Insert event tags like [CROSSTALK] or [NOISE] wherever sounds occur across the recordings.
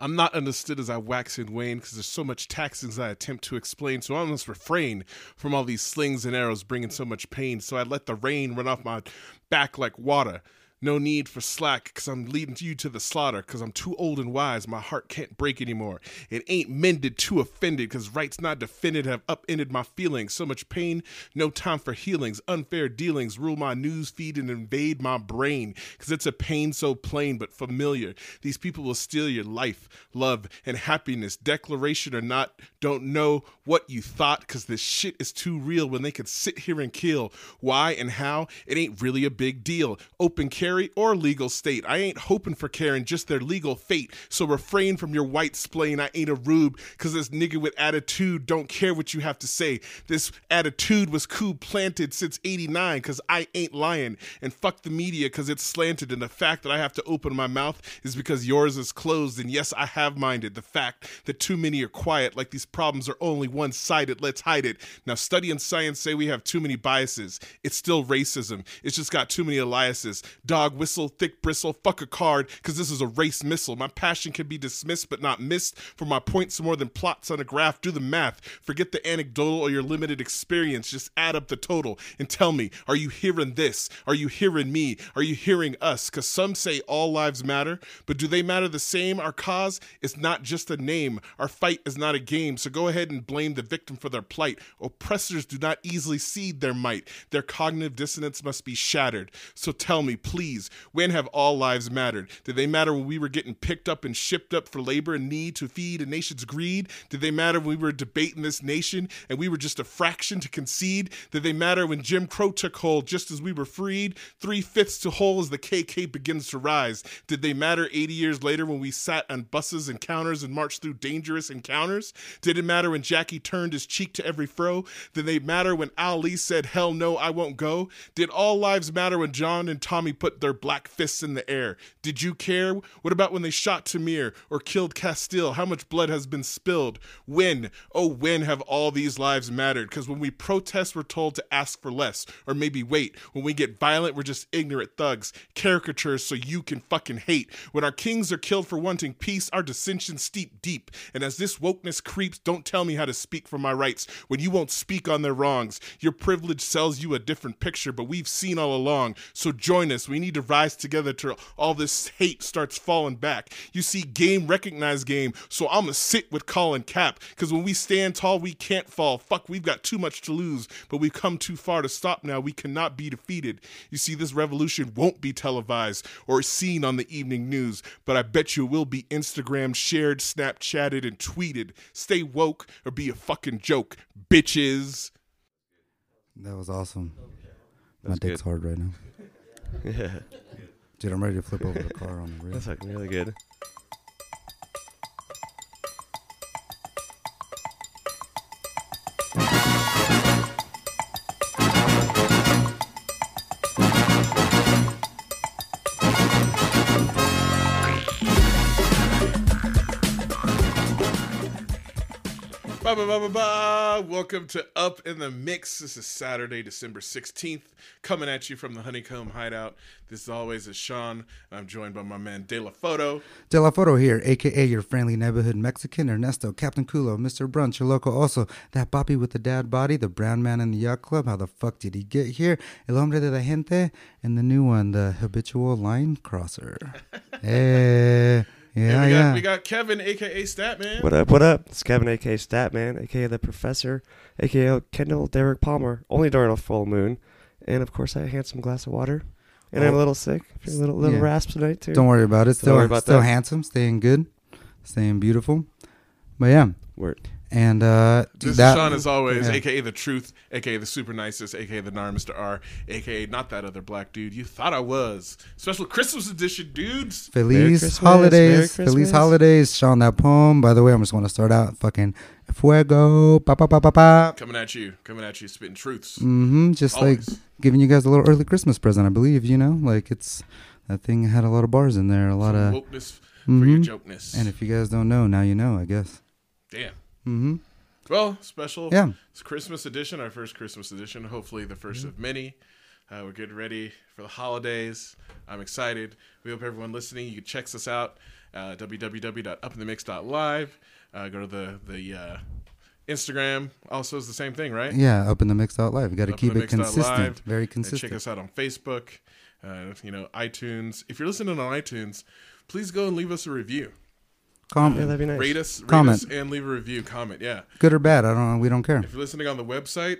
I'm not understood as I wax and wane because there's so much taxings I attempt to explain, so I almost refrain from all these slings and arrows bringing so much pain, so I let the rain run off my back like water. No need for slack, because I'm leading you to the slaughter, because I'm too old and wise, my heart can't break anymore. It ain't mended, too offended, because rights not defended have upended my feelings. So much pain, no time for healings. Unfair dealings rule my news feed and invade my brain, because it's a pain so plain but familiar. These people will steal your life, love, and happiness. Declaration or not, don't know what you thought, because this shit is too real when they could sit here and kill. Why and how? It ain't really a big deal. Open carry carry or legal state. I ain't hoping for Karen, just their legal fate. So refrain from your white splain. I ain't a rube, cause this nigga with attitude don't care what you have to say. This attitude was coup planted since 89, cause I ain't lying. And fuck the media, cause it's slanted. And the fact that I have to open my mouth is because yours is closed. And yes, I have minded the fact that too many are quiet, like these problems are only one sided. Let's hide it. Now, study and science say we have too many biases. It's still racism, it's just got too many Eliases dog whistle, thick bristle, fuck a card, cause this is a race missile. My passion can be dismissed but not missed, for my points more than plots on a graph. Do the math, forget the anecdotal or your limited experience, just add up the total and tell me, are you hearing this? Are you hearing me? Are you hearing us? Cause some say all lives matter, but do they matter the same? Our cause is not just a name, our fight is not a game, so go ahead and blame the victim for their plight. Oppressors do not easily cede their might, their cognitive dissonance must be shattered. So tell me, please please, when have all lives mattered? Did they matter when we were getting picked up and shipped up for labor and need to feed a nation's greed? Did they matter when we were debating this nation and we were just a fraction to concede? Did they matter when Jim Crow took hold just as we were freed? Three fifths to whole as the KK begins to rise. Did they matter 80 years later when we sat on buses and counters and marched through dangerous encounters? Did it matter when Jackie turned his cheek to every fro? Did they matter when Ali said, Hell no, I won't go? Did all lives matter when John and Tommy put their black fists in the air. Did you care? What about when they shot Tamir or killed Castile? How much blood has been spilled? When, oh, when have all these lives mattered? Because when we protest, we're told to ask for less or maybe wait. When we get violent, we're just ignorant thugs, caricatures so you can fucking hate. When our kings are killed for wanting peace, our dissension steep deep. And as this wokeness creeps, don't tell me how to speak for my rights when you won't speak on their wrongs. Your privilege sells you a different picture, but we've seen all along. So join us. We we need to rise together till all this hate starts falling back. You see, game recognize game, so I'ma sit with Colin Cap, because when we stand tall, we can't fall. Fuck, we've got too much to lose, but we've come too far to stop now. We cannot be defeated. You see, this revolution won't be televised or seen on the evening news, but I bet you it will be Instagram shared, Snapchatted, and tweeted. Stay woke or be a fucking joke, bitches. That was awesome. My dick's hard right now. Yeah, Dude, I'm ready to flip over the car on the that's roof. like really good. Ba ba ba ba ba! Welcome to Up in the Mix. This is Saturday, December 16th, coming at you from the Honeycomb Hideout. This, as always, is Sean, and I'm joined by my man De La Foto. De La Foto here, aka your friendly neighborhood Mexican Ernesto, Captain Culo, Mr. Brunch, your local also, that boppy with the dad body, the brown man in the yacht club. How the fuck did he get here? El hombre de la gente, and the new one, the habitual line crosser. hey, yeah, And we, got, yeah. we got Kevin, aka Statman. What up? What up? It's Kevin, aka Statman, aka the Professor, aka Kendall Derek Palmer. Only during a full moon, and of course I had some glass of water, and I'm a Oh. little sick. I feel a little little Yeah. rasp tonight too. Don't worry about it. Still, worry about still that. handsome, staying good, staying beautiful. But yeah, Word. and uh, This is that- Sean, as always, yeah. aka the Truth, aka the Super Nicest, aka the Nar Mr. R, aka not that other black dude you thought I was. Special Christmas edition, dudes. Merry Feliz Christmas, Merry holidays. Christmas. Feliz holidays. Sean, that poem. By the way, I'm just going to start out fucking fuego. Pa, pa, pa, pa, pa. Coming at you, coming at you, spitting truths. Mm-hmm. Just Always. like giving you guys a little early Christmas present, I believe, you know? Like it's, that thing had a lot of bars in there, a lot of, Wokeness for your Mhm. jokeness. uh, and if you guys don't know, now you know, I guess. Damn. Mm-hmm. Well, special. Yeah. It's Christmas edition, our first Christmas edition. Hopefully, the 1st Mm-hmm. of many. Uh, we're getting ready for the holidays. I'm excited. We hope everyone listening, you can check us out uh, www.upinthemix.live. Uh, go to the the uh, Instagram. Also, is the same thing, right? Yeah, up in the mix out live. You got to Up in keep the it mix dot consistent, live. very And check consistent. us out on Facebook. Uh, you know, iTunes. If you're listening on iTunes, please go and leave us a review. Yeah, Comment, that'd be nice. Rate us, rate Comment. us, and leave a review. Comment, yeah. good or bad, I don't know. We don't care. If you're listening on the website,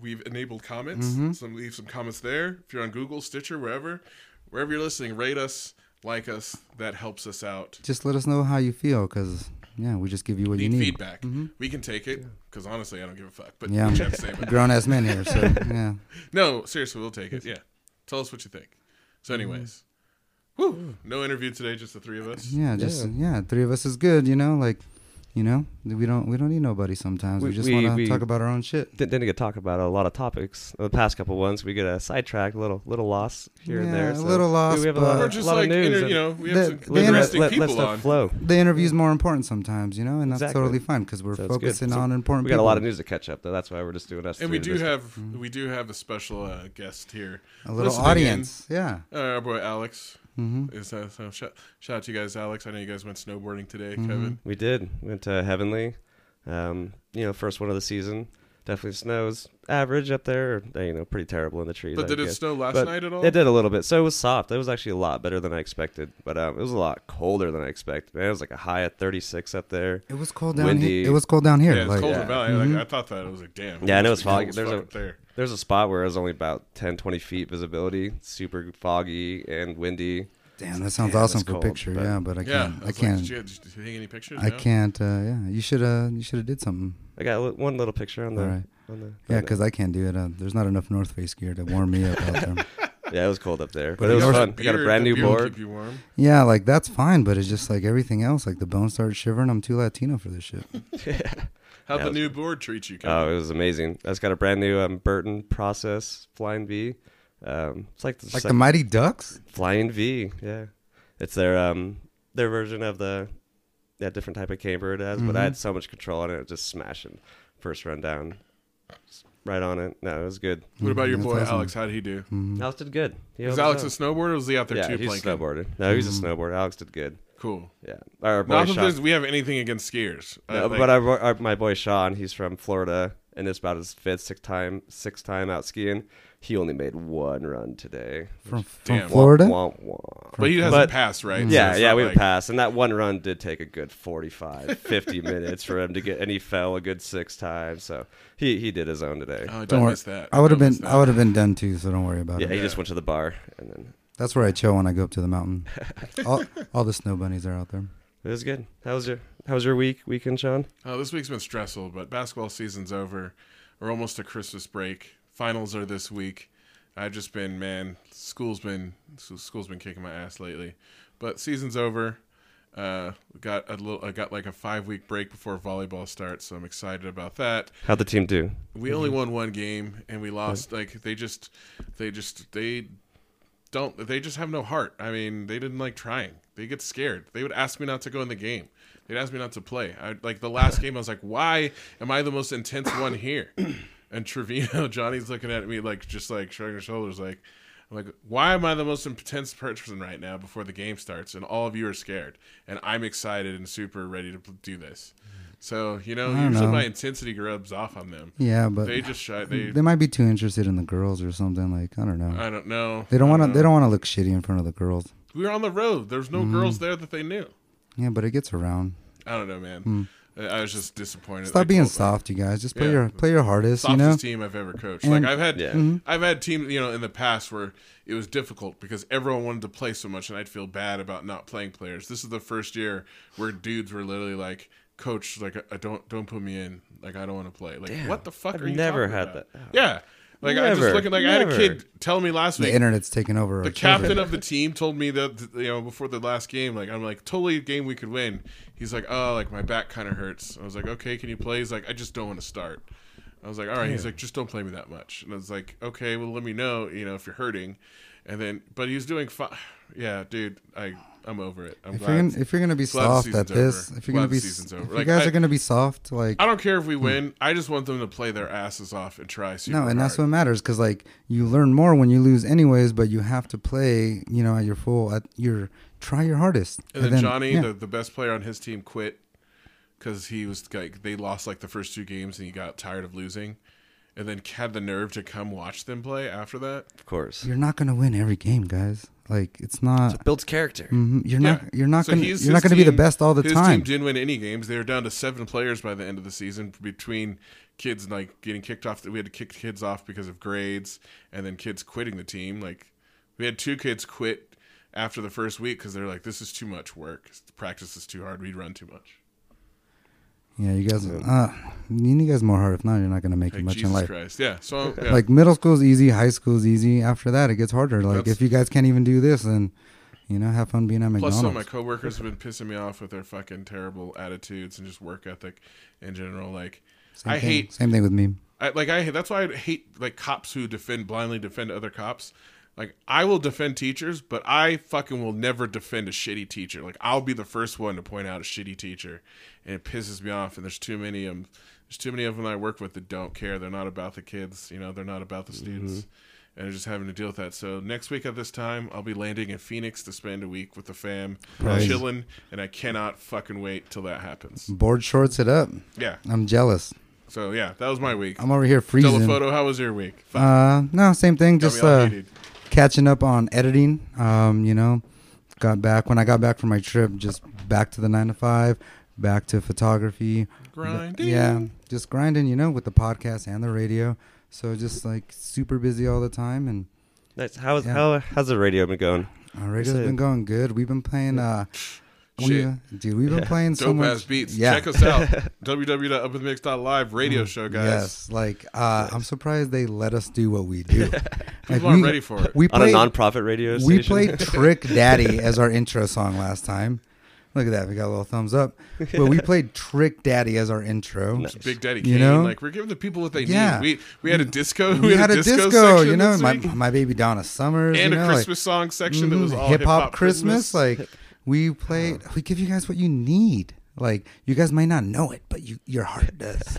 we've enabled comments. So leave some comments there. If you're on Google, Stitcher, wherever, wherever you're listening, rate us, like us. That helps us out. Just let us know how you feel, because yeah, we just give you what you Need need. feedback. We can take it because honestly, I don't give a fuck. But Yeah, we have to say I'm [LAUGHS] about it. grown ass man [LAUGHS] here, so yeah. No, seriously, we'll take it. Yeah, tell us what you think. So, anyways, whew, no interview today, just the three of us. Yeah, just yeah. three of us is good, you know. Like, you know, we don't we don't need nobody. Sometimes we, We- just we- want to we- talk about our own shit. Didn't, didn't get to talk about a lot of topics the past couple ones. We get a sidetracked, a little little loss here Yeah, and there. a so little loss, We have a but- lot, Uh, Or just lot like of news. inter- and you know, we the- have some the let, interesting let, let people stuff on. flow. The interview's more important sometimes, you know, and that's Exactly. totally fine because we're So it's good. focusing So on important. We got a lot of people. news to catch up, though. That's why we're just doing us. And we three do this- have we do have a special uh, guest here, A little Listening in. audience, yeah. Uh, our boy Alex. hmm Is that, so shout, shout out to you guys, Alex. I know you guys went snowboarding today, Mm-hmm. Kevin. We did. Went to Heavenly. Um, you know, first one of the season. Definitely snows. Average up there. Or, you know, pretty terrible in the trees. But I did it guess. snow last But night at all? It did a little bit. So it was soft. It was actually a lot better than I expected. But um, it was a lot colder than I expected. Man, it was like a high of 36 up there. It was cold down Windy. here. It was cold down here. Yeah, it's like, Mm-hmm. cold in the yeah. valley. Like, I thought that. I was like, damn. Yeah, I know must it's be foggy. cold as There's fuck a- up there. There's a spot where it was only about 10, 20 feet visibility. Super foggy and windy. Damn, that sounds Yeah, awesome it's for cold, picture. but- yeah, but I Yeah, can't. was I like, can't. Did you, did you take any pictures? I No? can't. Uh, yeah, you should. Uh, you should have did something. I got a li- one little picture on the. All right. On the Yeah, on the- because I can't do it. Uh, there's not enough North Face gear to warm me up out there. yeah, it was cold up there, but, But it was You yours- fun. the I got a beard, brand the new beard will board. Keep you warm. Yeah, like that's fine, but it's just like everything else. Like the bones start shivering. I'm too Latino for this shit. How'd the Yeah, it was- new board treat you? Kevin? Oh, it was amazing. That's got a brand new um, Burton Process Flying V. Um, it's like, it's Like like the Mighty Ducks. Flying V. Yeah, it's their um their version of the that different type of camber it has. But I Mhm. had so much control on it, it was just smashing first run down, Just right on it. No, it was good. what about your That's boy awesome. Alex? How'd he do? Mhm. Alex did good. He Was held Alex his a own. snowboarder? or Was he out there yeah, too? he's a planking? snowboarder. No, he's a snowboarder. Alex did good. Cool. Yeah, our boy Not that Sean- there's- we have anything against skiers. I No, think- but our, our, my boy Sean, he's from Florida, and it's about his fifth, sixth time, sixth time out skiing. He only made one run today. Mm-hmm. From, Damn. from Florida. Womp womp. but he hasn't But- passed, right? So yeah, it's yeah, not we like- passed, and that one run did take a good [LAUGHS] 45, 50 minutes for him to get, and he fell a good six times. So he he did his own today. Oh, don't Don't worry. miss that. I would have Don't miss been. I that. would have been done too. So don't worry about yeah, it. he just went to the bar, and then That's where I chill when I go up to [LAUGHS] the mountain. all, all the snow bunnies are out there. it was good. How was your How was your week weekend, Sean? Uh, this week's been stressful, but basketball season's over. We're almost to Christmas break. Finals are this week. I've just been, man, school's been s- school's been kicking my ass lately, but season's over. Uh, got a little, I got like a five week break before volleyball starts, so I'm excited about that. How'd the team do? We Mm-hmm. only won one game and we lost. Like they just, they just, they don't. They just have no heart. I mean, they didn't like trying. They get scared. They would ask me not to go in the game. They'd ask me not to play. I like the [LAUGHS] last game. I was like, why am I the most intense one [CLEARS THROAT] here? And Trevino, [LAUGHS] Johnny's looking at me like just like shrugging his shoulders, like. I'm like, why am I the most intense person right now before the game starts? And all of you are scared, and I'm excited and super ready to do this. So you know, Mm-hmm. I don't usually know. my intensity rubs off on them. Yeah, but They just shy. They, they, might be too interested in the girls or something. Like I don't know. I don't know. they don't I want to. They don't want to look shitty in front of the girls. know. We were on the road. There's no Hmm. girls there that they knew. Yeah, but it gets around. I don't know, man. I I was just disappointed. Hmm. Stop I being told them. soft, you guys. Just play Yeah. your play your hardest. Softest you know. team I've ever coached. And- Mm-hmm. like I've had, Yeah. I've had teams, you know, in the past where it was difficult because everyone wanted to play so much, and I'd feel bad about not playing players. This is the first year where dudes were literally like, "Coach, like, I don't, don't put me in. Like, I don't want to play. Like, what the fuck I've are you? never talking had about? that. Oh. Yeah, like I just Never. looking like I had a Never. kid tell me last The week. internet's taken over. the captain of the team told me that th- you know before the last game like i'm like totally a game we could win he's like oh like my back kind of hurts i was like okay can you play he's like i just don't want to start I was like, all right. He's like, just don't play me that much. And I was like, okay, well, let me know, you know, if you're hurting. And then, but he was doing fine. [SIGHS] Yeah, dude, I I'm over it. I'm If glad. you're gonna, if you're gonna be Glad the soft season's at this, over. if you're Glad gonna the be, s- season's if over. you Like, guys I- are gonna be soft, like I don't care if we win. I just want them to play their asses off and try. Super Hmm. no, and that's hard. what matters because like you learn more when you lose, anyways. But you have to play, you know, at your full, at your try your hardest. And then, Johnny, yeah. the, the best player on his team, quit because he was like they lost like the first two games and he got tired of losing, and then had the nerve to come watch them play after that. Of course. you're not gonna win every game, guys. Like it's not. It builds character. mhm, you're not. Yeah. You're not So gonna. his- You're not his gonna be the team- best all the his time. team didn't win any games. They were down to seven players by the end of the season between kids and like getting kicked off. We had to kick kids off because of grades, and then kids quitting the team. Like we had two kids quit after the first week because they're like, "This is too much work. Practice is too hard. We run too much." Yeah, you guys. Uh, you need guys more hard. If not, you're not gonna make it Like much Jesus in life. Christ, yeah. [LAUGHS] So yeah. Like middle school's easy, high school's easy. After that, it gets harder. Like That's- if you guys can't even do this, then you know, have fun being at Plus, McDonald's. some of my coworkers have been pissing me off with their fucking terrible attitudes and just work ethic in general. Like, Same I thing. hate Same thing with me. I, like I that's why I hate like cops who defend blindly defend other cops. Like I will defend teachers, but I fucking will never defend a shitty teacher. Like I'll be the first one to point out a shitty teacher, and it pisses me off. And there's too many of 'em- There's too many of them I work with that don't care. They're not about the kids. You know, they're not about the Mm-hmm. students, and they're just having to deal with that. So next week at this time, I'll be landing in Phoenix to spend a week with the fam, Nice. chilling, and I cannot fucking wait till that happens. Board shorts it up. Yeah. I'm jealous. So yeah, that was my week. I'm over here freezing. Telephoto, how was your week? Uh, no, same thing. Just all uh, heated. catching up on editing. Um, you know, got back when I got back from my trip. Just back to the nine to five, back to photography. Grinding. Yeah, just grinding. You know, with the podcast and the radio. So just like super busy all the time, and Nice. How's Yeah. how how's the radio been going? our radio's Say it. been going good. We've been playing. Uh, we, Shit. dude, we've been playing so Dope much. ass beats. Yeah. Mm, Check us [LAUGHS] out. www.upwithmix.live radio show, guys. Yes, like uh, I'm surprised they let us do what we do. like [LAUGHS] People aren't ready for it. We On played, a nonprofit radio station. we [LAUGHS] played Trick Daddy as our intro song last time. Look at that, we got a little thumbs up. But we played Trick Daddy as our intro. Big Daddy Kane. You know? Like we're giving the people what they Yeah. need. We we had a disco. [LAUGHS] We, had a disco, section you know, this my, [LAUGHS] week, my baby Donna Summers, and you know, a like- Christmas song section that was Mhm, all hip hop Christmas. Like [LAUGHS] we played, we give you guys what you need. Like you guys might not know it, but you your heart [LAUGHS] does.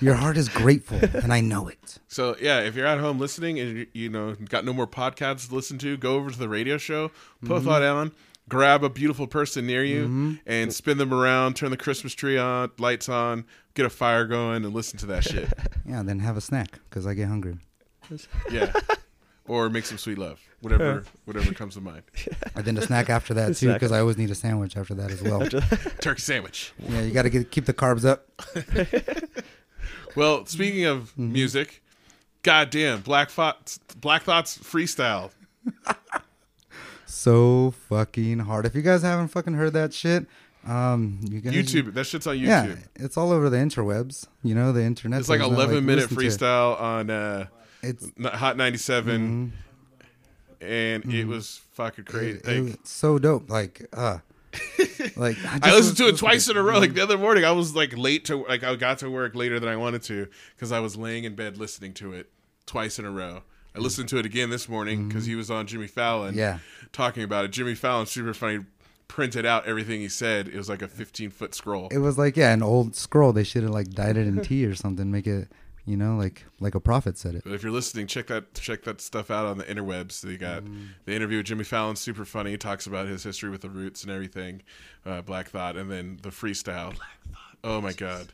your heart is grateful, and I know it. so yeah, if you're at home listening and you, you know got no more podcasts to listen to, go over to the radio show. Put a Mm-hmm. thought on. Grab a beautiful person near you and spin them around. Turn the Christmas tree on, lights on, get a fire going, and listen to [LAUGHS] that shit. Yeah, then have a snack because I get hungry. Yeah. [LAUGHS] or make some sweet love. Whatever whatever comes to [LAUGHS] mind. [LAUGHS] And then a snack after that too, snack. because I always need a sandwich after that as well. Turkey sandwich. yeah, you got to get keep the carbs up. Well, speaking of Mm-hmm. music, goddamn, Black Thoughts Black Thoughts freestyle. So fucking hard. If you guys haven't fucking heard that shit, um, you guys YouTube. That shit's on YouTube. Yeah, it's all over the interwebs. You know the internet. It's like there's no, 11 minute listen to it. freestyle on uh It's n- Hot 97 and it was fucking crazy. Mm-hmm. It- Like, it was so dope. Like, [LAUGHS] uh, like just I listened to it was twice in listening. a row. Like the other morning, I was like late to like I got to work later than I wanted to because I was laying in bed listening to it twice in a row. I listened to it again this morning because he was on Jimmy Fallon, Mm. Yeah. talking about it. Jimmy Fallon, super funny, printed out everything he said. It was like a fifteen foot scroll. It was like yeah, an old scroll. They should have like dyed [LAUGHS] it in tea or something. Make it, you know, like like a prophet said it. But if you're listening, check that check that stuff out on the interwebs. They got Mm. the interview with Jimmy Fallon, super funny. Talks about his history with the Roots and everything, uh, Black Thought, and then the freestyle. Oh my god,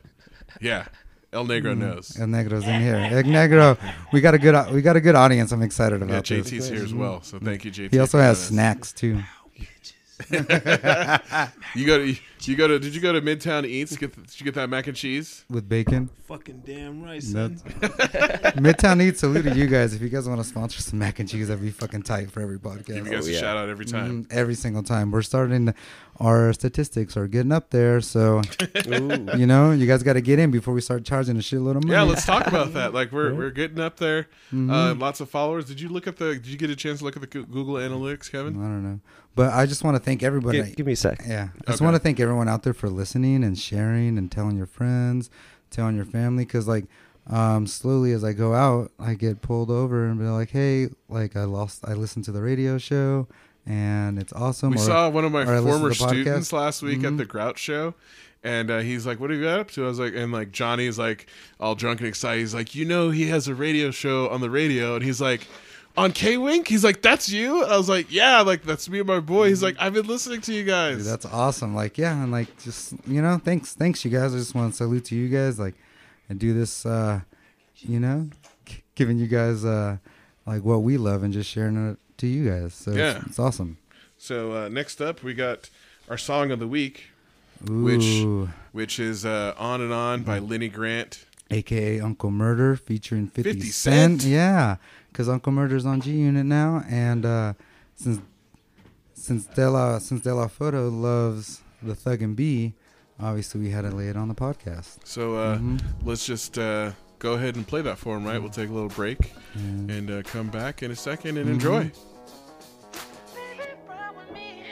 yeah, El Negro Mm. knows. El Negro's in here. El Negro, we got a good au- we got a good audience. I'm excited Yeah, about this. JT's here as well, so thank you, JT. Mm-hmm. He also for has doing this. snacks too. You go to you go to did you go to Midtown Eats? Get did you get that mac and cheese? With [LAUGHS] bacon, Fucking damn right, son. Nuts. Midtown Eats. Salute to you guys. If you guys want to sponsor some mac and cheese, that'd be fucking tight for every podcast. Give you guys yeah. a shout out every time. Mm, every single time. We're starting. Our statistics are getting up there, [LAUGHS] so Ooh. you know you guys got to get in before we start charging a shitload of money. Yeah, let's talk about that. Like we're we're getting up there. Uh, Mm-hmm. lots of followers. Did you look at the? Did you get a chance to look at the Goo- Google Analytics, Kevin? I don't know. But I just want to thank everybody. Give, give me a sec. yeah. I just Okay. want to thank everyone out there for listening and sharing and telling your friends. telling your family because like um, slowly as I go out, I get pulled over and be like, hey, like I lost, I listened to the radio show and it's awesome. We or- saw one of my or I listen former to the podcast. students last week at Mhm. the Grouch show, and uh, he's like, "What have you got up to?" I was like, and like Johnny's like all drunk and excited. He's like, "You know, he has a radio show on the radio," and he's like. On K Wink, he's like, "That's you." I was like, "Yeah, like that's me and my boy." He's like, "I've been listening to you guys." Mm-hmm. Dude, that's awesome. Like, yeah, and like, just you know, thanks, thanks, you guys. I just want to salute to you guys. Like, and do this, uh, you know, g- giving you guys uh, like what we love and just sharing it to you guys. So it's- Yeah. it's, awesome. so uh, next up, we got our song of the week, Ooh, Mm-hmm. Which- which is uh, "On and On" by Lenny Grant. aka Uncle Murder, featuring 50, 50 Cent. Cent? Yeah, because Uncle Murder's on G Unit now, and uh, since since Della since Della Photo loves the Thug and B, obviously we had to lay it on the podcast. So uh, Mhm. let's just uh, go ahead and play that for him, right? We'll take a little break And- and uh, come back in a second and Mhm. enjoy. Baby, run with me.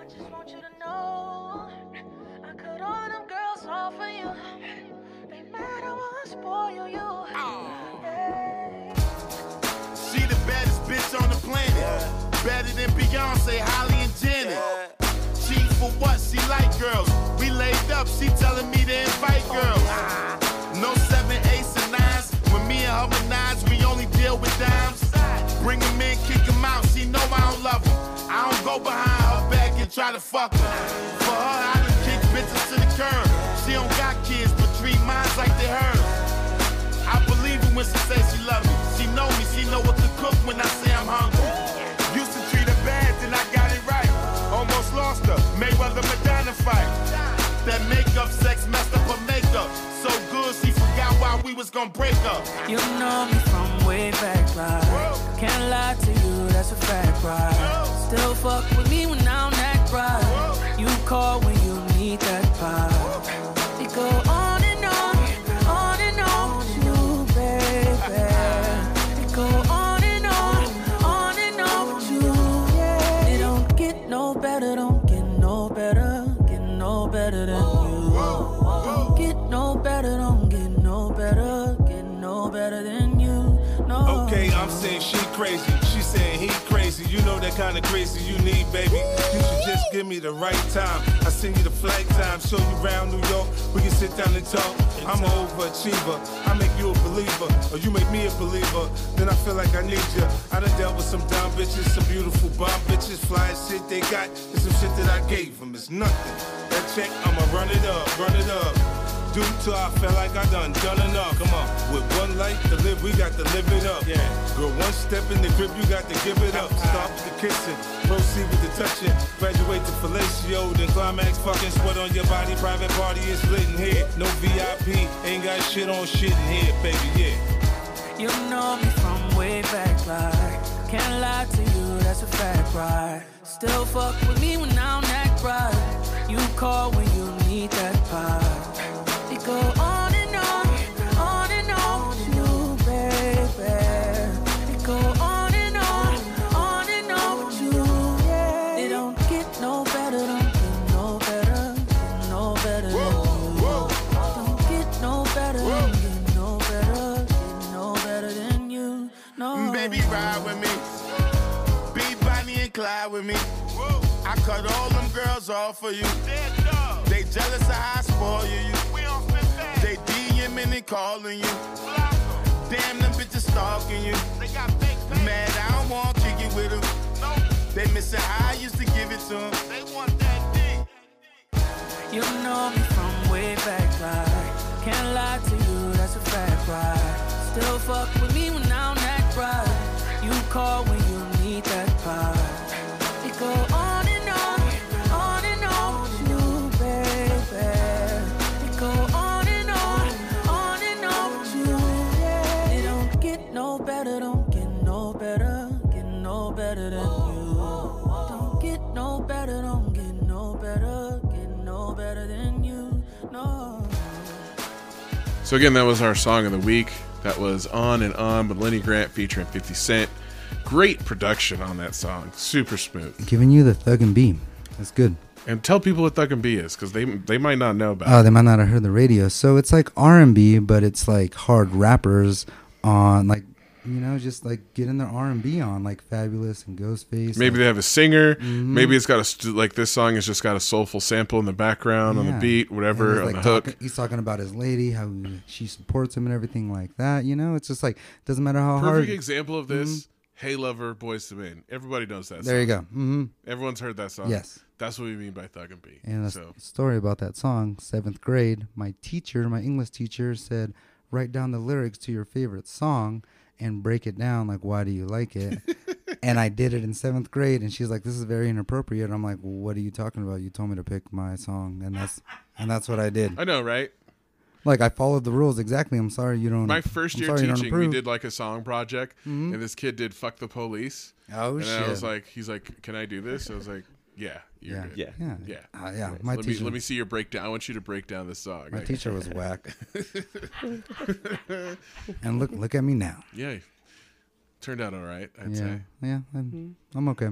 I just want you to know I cut all them girls off of you. They mad, I wanna spoil you. Hey. She the baddest bitch on the planet. Better than Beyonce, Holly, and Janet. She for what? She like girls. We laid up. She telling me to invite girls. No seven, eights, and nines. When me and her menage, we only deal with dimes. Bring 'em in, kick 'em out. She know I don't love 'em. I don't go behind her back and try to fuck her. For her, I done kick bitches to the curb. She don't got kids, but treat mines like they hers. I believe her when she says she love me. She know me, she know what to cook when I say I'm hungry. Used to treat her bad, then I got it right. Almost lost her, Mayweather Madonna fight. That makeup sex messed up her makeup. So good she forgot why we was gonna break up. You know me from way back, right? Can't lie to you, that's a fact, right? Still fuck with me when I don't act right. You call when you need that vibe. It go on and on, on and on with you, baby. It go on and on, on and on with you, yeah. It don't get no better, don't get no better, get no better than you. Don't get no better, don't get no better, get no better than you. No. Okay, I'm saying she crazy. She saying he crazy. You know that kind of crazy you need, baby. You should just give me the right time. I send you the flight time, show you round New York. We can sit down and talk. I'm an overachiever. I make you a believer, or you make me a believer. Then I feel like I need you. I done dealt with some dumb bitches, some beautiful bomb bitches, fly shit they got, and some shit that I gave them. It's nothing. That check, I'ma run it up, run it up. Do till I feel like I done done enough. Come on, with one life to live, we got to live it up. Yeah. Girl, one step in the grip, you got to give it up. Start with the kissing, proceed with the touching, graduate to fellatio, then climax fucking sweat on your body. Private party is lit in here. No VIP, ain't got shit on shit in here, baby. Yeah. You know me from way back, like can't lie to you, that's a fact, right? Still fuck with me when I don't act right. You call when you need that vibe. It go on and on, on and on with you, baby. It go on and on, on and on with you. Yeah. It don't get no better, don't get no better, get no better than you. Don't get no better, don't get no better, get no better than you. No. Mm, Baby, ride with me. Be Bonnie and Clyde with me. I cut all them girls off for you. They jealous of how I spoil you. They DMing and calling you. Damn, them bitches stalking you. Mad, I don't want to kick it with them. They missing how I used to give it to them. You know me from way back, like can't lie to you, that's a fact, right? Still fuck with me when I don't act right. You call when you need that vibe. It go on and on, on and on with you, baby. It go on and on, on and on with you. Yeah. It don't get no better, don't get no better, get no better than you. Don't get no better, don't get no better, get no better than you. No. So again, that was our song of the week. That was "On and On" by Lenny Grant featuring 50 Cent. Great production on that song. Super smooth. giving you the Thug and B. That's good. And tell people what Thug and B is, because they they might not know about. Oh, they might not have heard the radio. So it's like R and B, but it's like hard rappers on like you know just like getting their R and B on like Fabulous and Ghostface. it. Maybe they have a singer. Mm-hmm. Maybe it's got a st- like this song has just got a soulful sample in the background on the Yeah. beat, And whatever, he's, on like, the hook. talking- he's talking about his lady, how she supports him and everything like that. You know, it's just like doesn't matter how hard. Mm-hmm. Perfect example of this. Hey lover, boys to men. Everybody knows that. there song. you go. hmm Everyone's heard that song. Yes. That's what we mean by Thug and B. And a so s- story about that song, seventh grade, my teacher, my English teacher, said, write down the lyrics to your favorite song and break it down. Like, why do you [LAUGHS] like it? and I did it in seventh grade. And she's like, this is very inappropriate. I'm like, well, what are you talking about? You told me to pick my song. And that's, and that's what I did. I know, right? Like, I followed the rules exactly. I'm sorry you don't. My first I'm year sorry you don't teaching, we approve. did like a song project, and this kid did "Fuck the Police." Oh, and I shit. was like, he's like, "Can I do this?" I was like, "Yeah, you're Yeah. good." Yeah. Yeah. Yeah. Uh, yeah. My let teacher. me let me see your breakdown. I want you to break down this song. my Like, teacher was whack. [LAUGHS] [LAUGHS] and look, look at me now. yeah, turned out all right, I'd Yeah, say. yeah, I'm, I'm okay.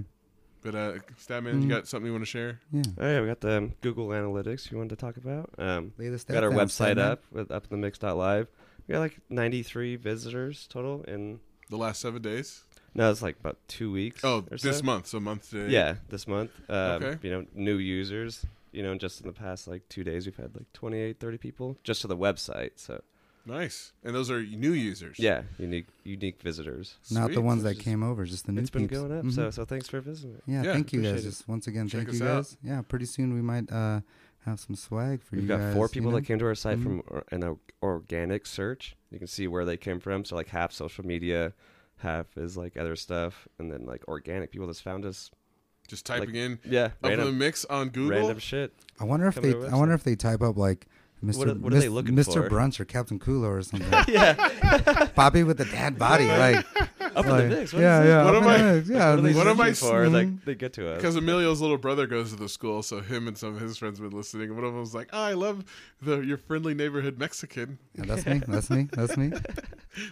But uh, Statman, Mm-hmm. you got something you want to share? Yeah. Oh yeah, we got the um, Google Analytics you wanted to talk about. Um, Lay the we stats got our down, website Sandman. up with up in the mix.live. We got like 93 visitors total in The last seven days? no, it's like about two weeks. Oh, or this so. month, so month today. Yeah, this month. Um, Okay. You know, new users. You know, just in the past like two days, we've had like 28, 30 people just to the website. So nice. And those are new users. yeah, unique unique visitors. Not Sweet. the ones that Just- came over, just the new It's been peeps. going up. Mhm. So so thanks for visiting. yeah, Yeah, thank you guys. appreciate it. Just once again, Check thank you us out. guys. Yeah, pretty soon we might uh, have some swag for We've you got guys. four you people know? that came to our site Mhm. from or, an o- organic search. You can see where they came from. So like half social media, half is like other stuff, and then like organic people just found us. Just typing Like, in Yeah, up in the random, mix on Google. [LAUGHS] random shit. I wonder if come they. to our I wonder if they type up like. Mr. What are- what are they looking Mr. for? Brunch or Captain Cooler or something. yeah. Bobby with the dad body, like. [LAUGHS] Up in the like, mix. What yeah, is this? yeah. What up am in I- the mix, Yeah. What are they this- What am I searching for? s- Like they get to us. Because Emilio's little brother goes to the school, so him and some of his friends have been listening. And one of them was like, oh, "I love the your friendly neighborhood Mexican." Yeah, [LAUGHS] that's me. That's me. That's [LAUGHS] me.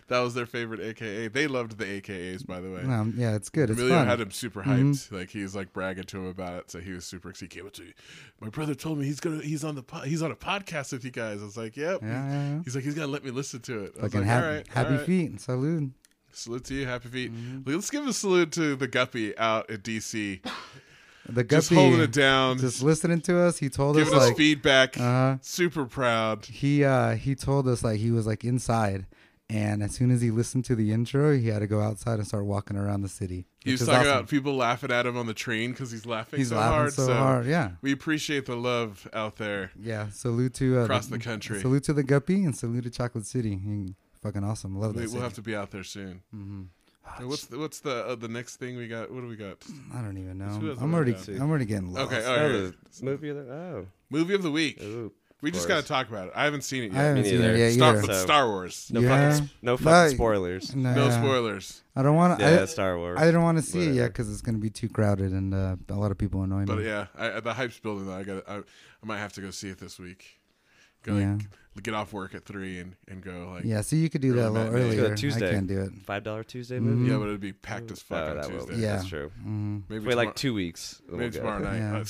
That was their favorite AKA. They loved the AKAs, by the way. Um, yeah, it's good. It's Emilio fun. Mm-hmm. had him super hyped. Like he was like bragging to him about it, so he was super excited. He came up to me, my brother told me he's gonna he's on the po- he's on a podcast with you guys. I was like, yep. Yeah, yeah, yeah. He's like he's gonna let me listen to it. I was Fucking like, happy, all right, happy all right. feet Mm-hmm. and salute. Salute to you, happy feet. Let's give a salute to the guppy out at DC, The guppy, just holding it down, just listening to us. He told us giving us like feedback. Uh-huh. super proud. he uh he told us like he was like inside and as soon as he listened to the intro he had to go outside and start walking around the city He which was is talking awesome. about people laughing at him on the train because he's laughing he's so laughing hard. so, hard yeah we appreciate the love out there. yeah salute to uh, Across the country. salute to the guppy and salute to chocolate city Mm, fucking awesome love that We, city. we'll have to be out there soon. Mm-hmm. Hey, what's the, what's the uh, the next thing we got? What do we got? i don't even who know else i'm we already got? i'm already getting lost Okay, all Oh, right. the movie. of the- Oh, Movie of the week. ooh, we of just got course. to talk about it. I haven't seen it i yet. haven't me seen neither. it yet Start either with So- Star Wars. No Yeah. fucking, s- no Like- fucking spoilers. no, No yeah. spoilers, i don't want to Yeah, Star Wars. I, I don't want to see it yet Whatever. because it's going to be too crowded and uh, a lot of people annoy me but yeah, I, the hype's building. Though I got I, I might have to go see it this week. Go Yeah. like, get off work at three and, and go like Yeah, so you could do that a Early little matinee. Let's do it earlier. Tuesday. I can't [LAUGHS] do it. Five dollar Tuesday movie. yeah, but it'd be packed as fuck Oh, on that will- Tuesday. Mm-hmm. Yeah. That's true. Maybe Wait, tomorrow, like two weeks. and maybe we'll go. tomorrow night. [LAUGHS] Yeah. Yeah. Or Well,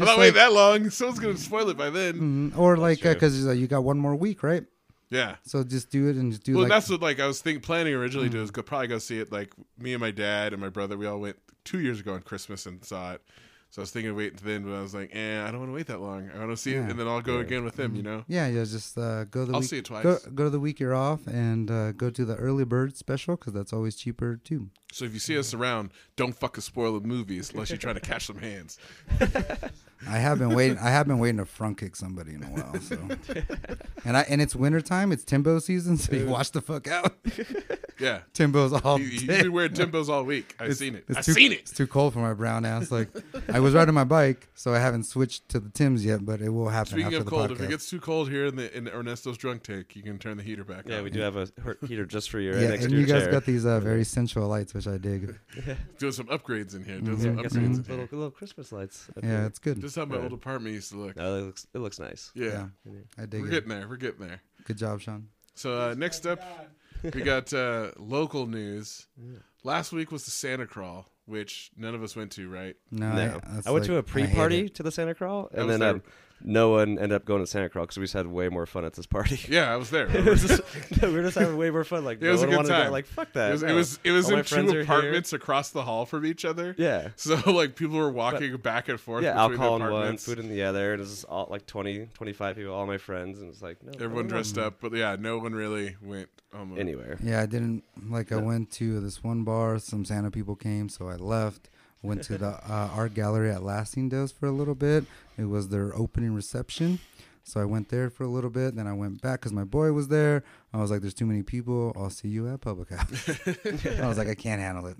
not like, wait that long. [LAUGHS] Someone's gonna spoil it by then. Mm, or like true. because you got one more week, right? Yeah. So just do it and just do Well, like that's what like I was think planning originally to is go, probably go see it. Like me and my dad and my brother, we all went two years ago on Christmas and saw it. So I was thinking of waiting then, but I was like, eh, I don't want to wait that long. I want to see it, Yeah. and then I'll go again with them. You know, yeah, yeah. Just uh, go the I'll week, see it twice. Go, go to the week you're off and uh, go to the early bird special because that's always cheaper too. So if you see us around, don't fucking spoil the movies unless you're trying to catch some hands. I have been waiting. I have been waiting to front kick somebody in a while. So, [LAUGHS] and I and it's wintertime. It's Timbo season, so you watch the fuck out. [LAUGHS] Yeah, Timbo's all Oh, you, you've day. been wearing Timbos all week. I've seen it. I've too, seen it. It's too cold for my brown ass. Like I was riding my bike, so I haven't switched to the Tims yet, but it will happen Speaking after of the cold, podcast. if it gets too cold here in the in Ernesto's drunk tank, you can turn the heater back [LAUGHS] Yeah, on. we do have a her- heater just for you. Right yeah, next and to your you guys chair. got these uh, very sensual lights, which I dig. [LAUGHS] doing some upgrades in here. Doing Mm-hmm. Yeah, some got upgrades some in little, here. little Christmas lights. up Yeah, here. it's good. Just how my Yeah. old apartment used to look. No, it looks it looks nice. yeah. yeah, I dig We're it. getting there. We're getting there. Good job, Sean. So uh, next up, we got uh, local news. Last week was the Santa Crawl. which none of us went to, right? No, No, that's I went to a like- I hate pre-party it. to the Santa Crawl, and was then there. um, no one ended up going to Santa Crawl because we just had way more fun at this party. [LAUGHS] [LAUGHS] Yeah, I was there. It was just- no, we were just having way more fun. Like It no was a one good wanted to time. go. Like fuck It that. was, it no. was it was All my in friends are two here. apartments across the hall from each other. Yeah. So [LAUGHS] like people were walking back and forth. Yeah, between alcohol the in one, apartments. food in the other, and it's just all like 20, 25 people, all my friends, and it's like no, Everyone no, no, no. dressed up, but yeah, no one really went. Um, anywhere. Yeah, I didn't like. I went to this one bar. Some Santa people came, so I left. Went to [LAUGHS] the uh, art gallery at Lastingdos for a little bit. It was their opening reception, so I went there for a little bit. Then I went back because my boy was there. I was like, "There's too many people. I'll see you at Public House." [LAUGHS] I was like, "I can't handle it."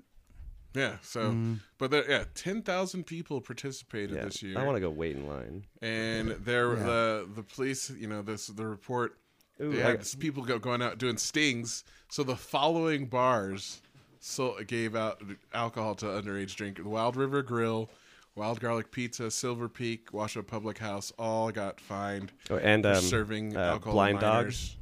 Yeah. So, but there, yeah, ten thousand people participated Mm. Yeah, this year. I want to go wait in line. and there Yeah. the the police you know this the report Ooh, they I- had s- people go, going out doing stings so the following bars so gave out alcohol to underage drinkers wild river grill wild garlic pizza silver peak washoe public house all got fined Oh, and for um, serving uh, alcohol to blind dog, minors.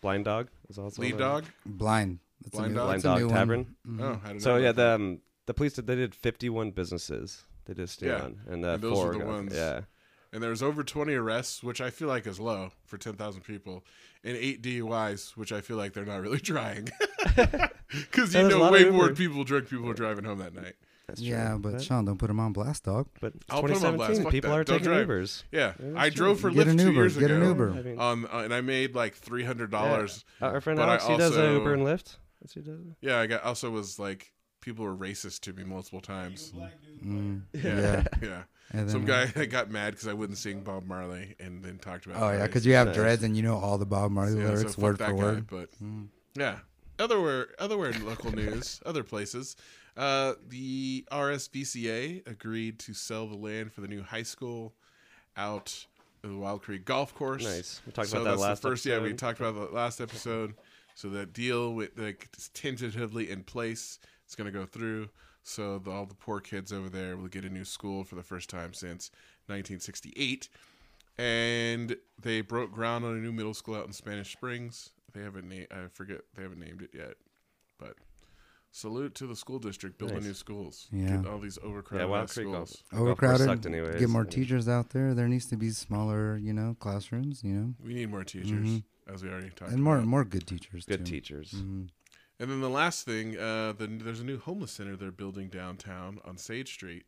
blind dog is also lead on there. dog Blind. That's Blind a new, Dog? that's blind a new dog one. tavern. oh I didn't Mm-hmm. So know yeah, about the um, the police did, they did fifty one businesses they did steal Yeah, on, and, uh, and those four were the got- ones- Yeah, that. and there was over 20 arrests which i feel like is low for 10000 people and 8 duis which i feel like they're not really [LAUGHS] trying because you There's a know lot of way Uber. more people drunk people were driving home that night that's true. Yeah, but Sean, don't put him on blast, dog. but I'll put twenty 'em on blast. seventeen Fuck people that. are Don't taking drive. Ubers. Yeah, I drove for Get Lyft an two Uber. years Get ago. an Uber. I mean- On uh, and I made like three hundred Yeah. dollars. Uh, our friend But I Alex, he does uh, also- Uber and Lyft. That's what he does. Yeah. Uh, I got also was like people were racist to me multiple times. Mm, Yeah, [LAUGHS] yeah. And then, Some uh, guy [LAUGHS] got mad because I wouldn't sing Bob Marley and then talked about. Oh yeah, race. because you have Nice. dreads and you know all the Bob Marley Yeah, so lyrics fuck word that for guy, word. Hmm. But yeah, otherwhere, otherwhere in local news, [LAUGHS] other places, uh, the RSVCA agreed to sell the land for the new high school out of the Wild Creek Golf Course. Nice. We talked so about that that's last the first. Yeah, we episode. talked about that last episode. So that deal with like is tentatively in place. It's gonna go through. So the, all the poor kids over there will get a new school for the first time since 1968 and they broke ground on a new middle school out in Spanish Springs. They haven't na- I forget they haven't named it yet, but salute to the school district building Nice. new schools. Yeah. Get all these overcrowded Yeah, Wild ass Creek schools. Golf- Golf course Overcrowded. sucked anyways. Oh, Get more Yeah. teachers out there. There needs to be smaller, you know, classrooms, you know, We need more teachers, as we already talked. Mm-hmm. and more about. more good teachers. Good too. Mm-hmm. teachers. And then the last thing, uh, the, there's a new homeless center they're building downtown on Sage Street,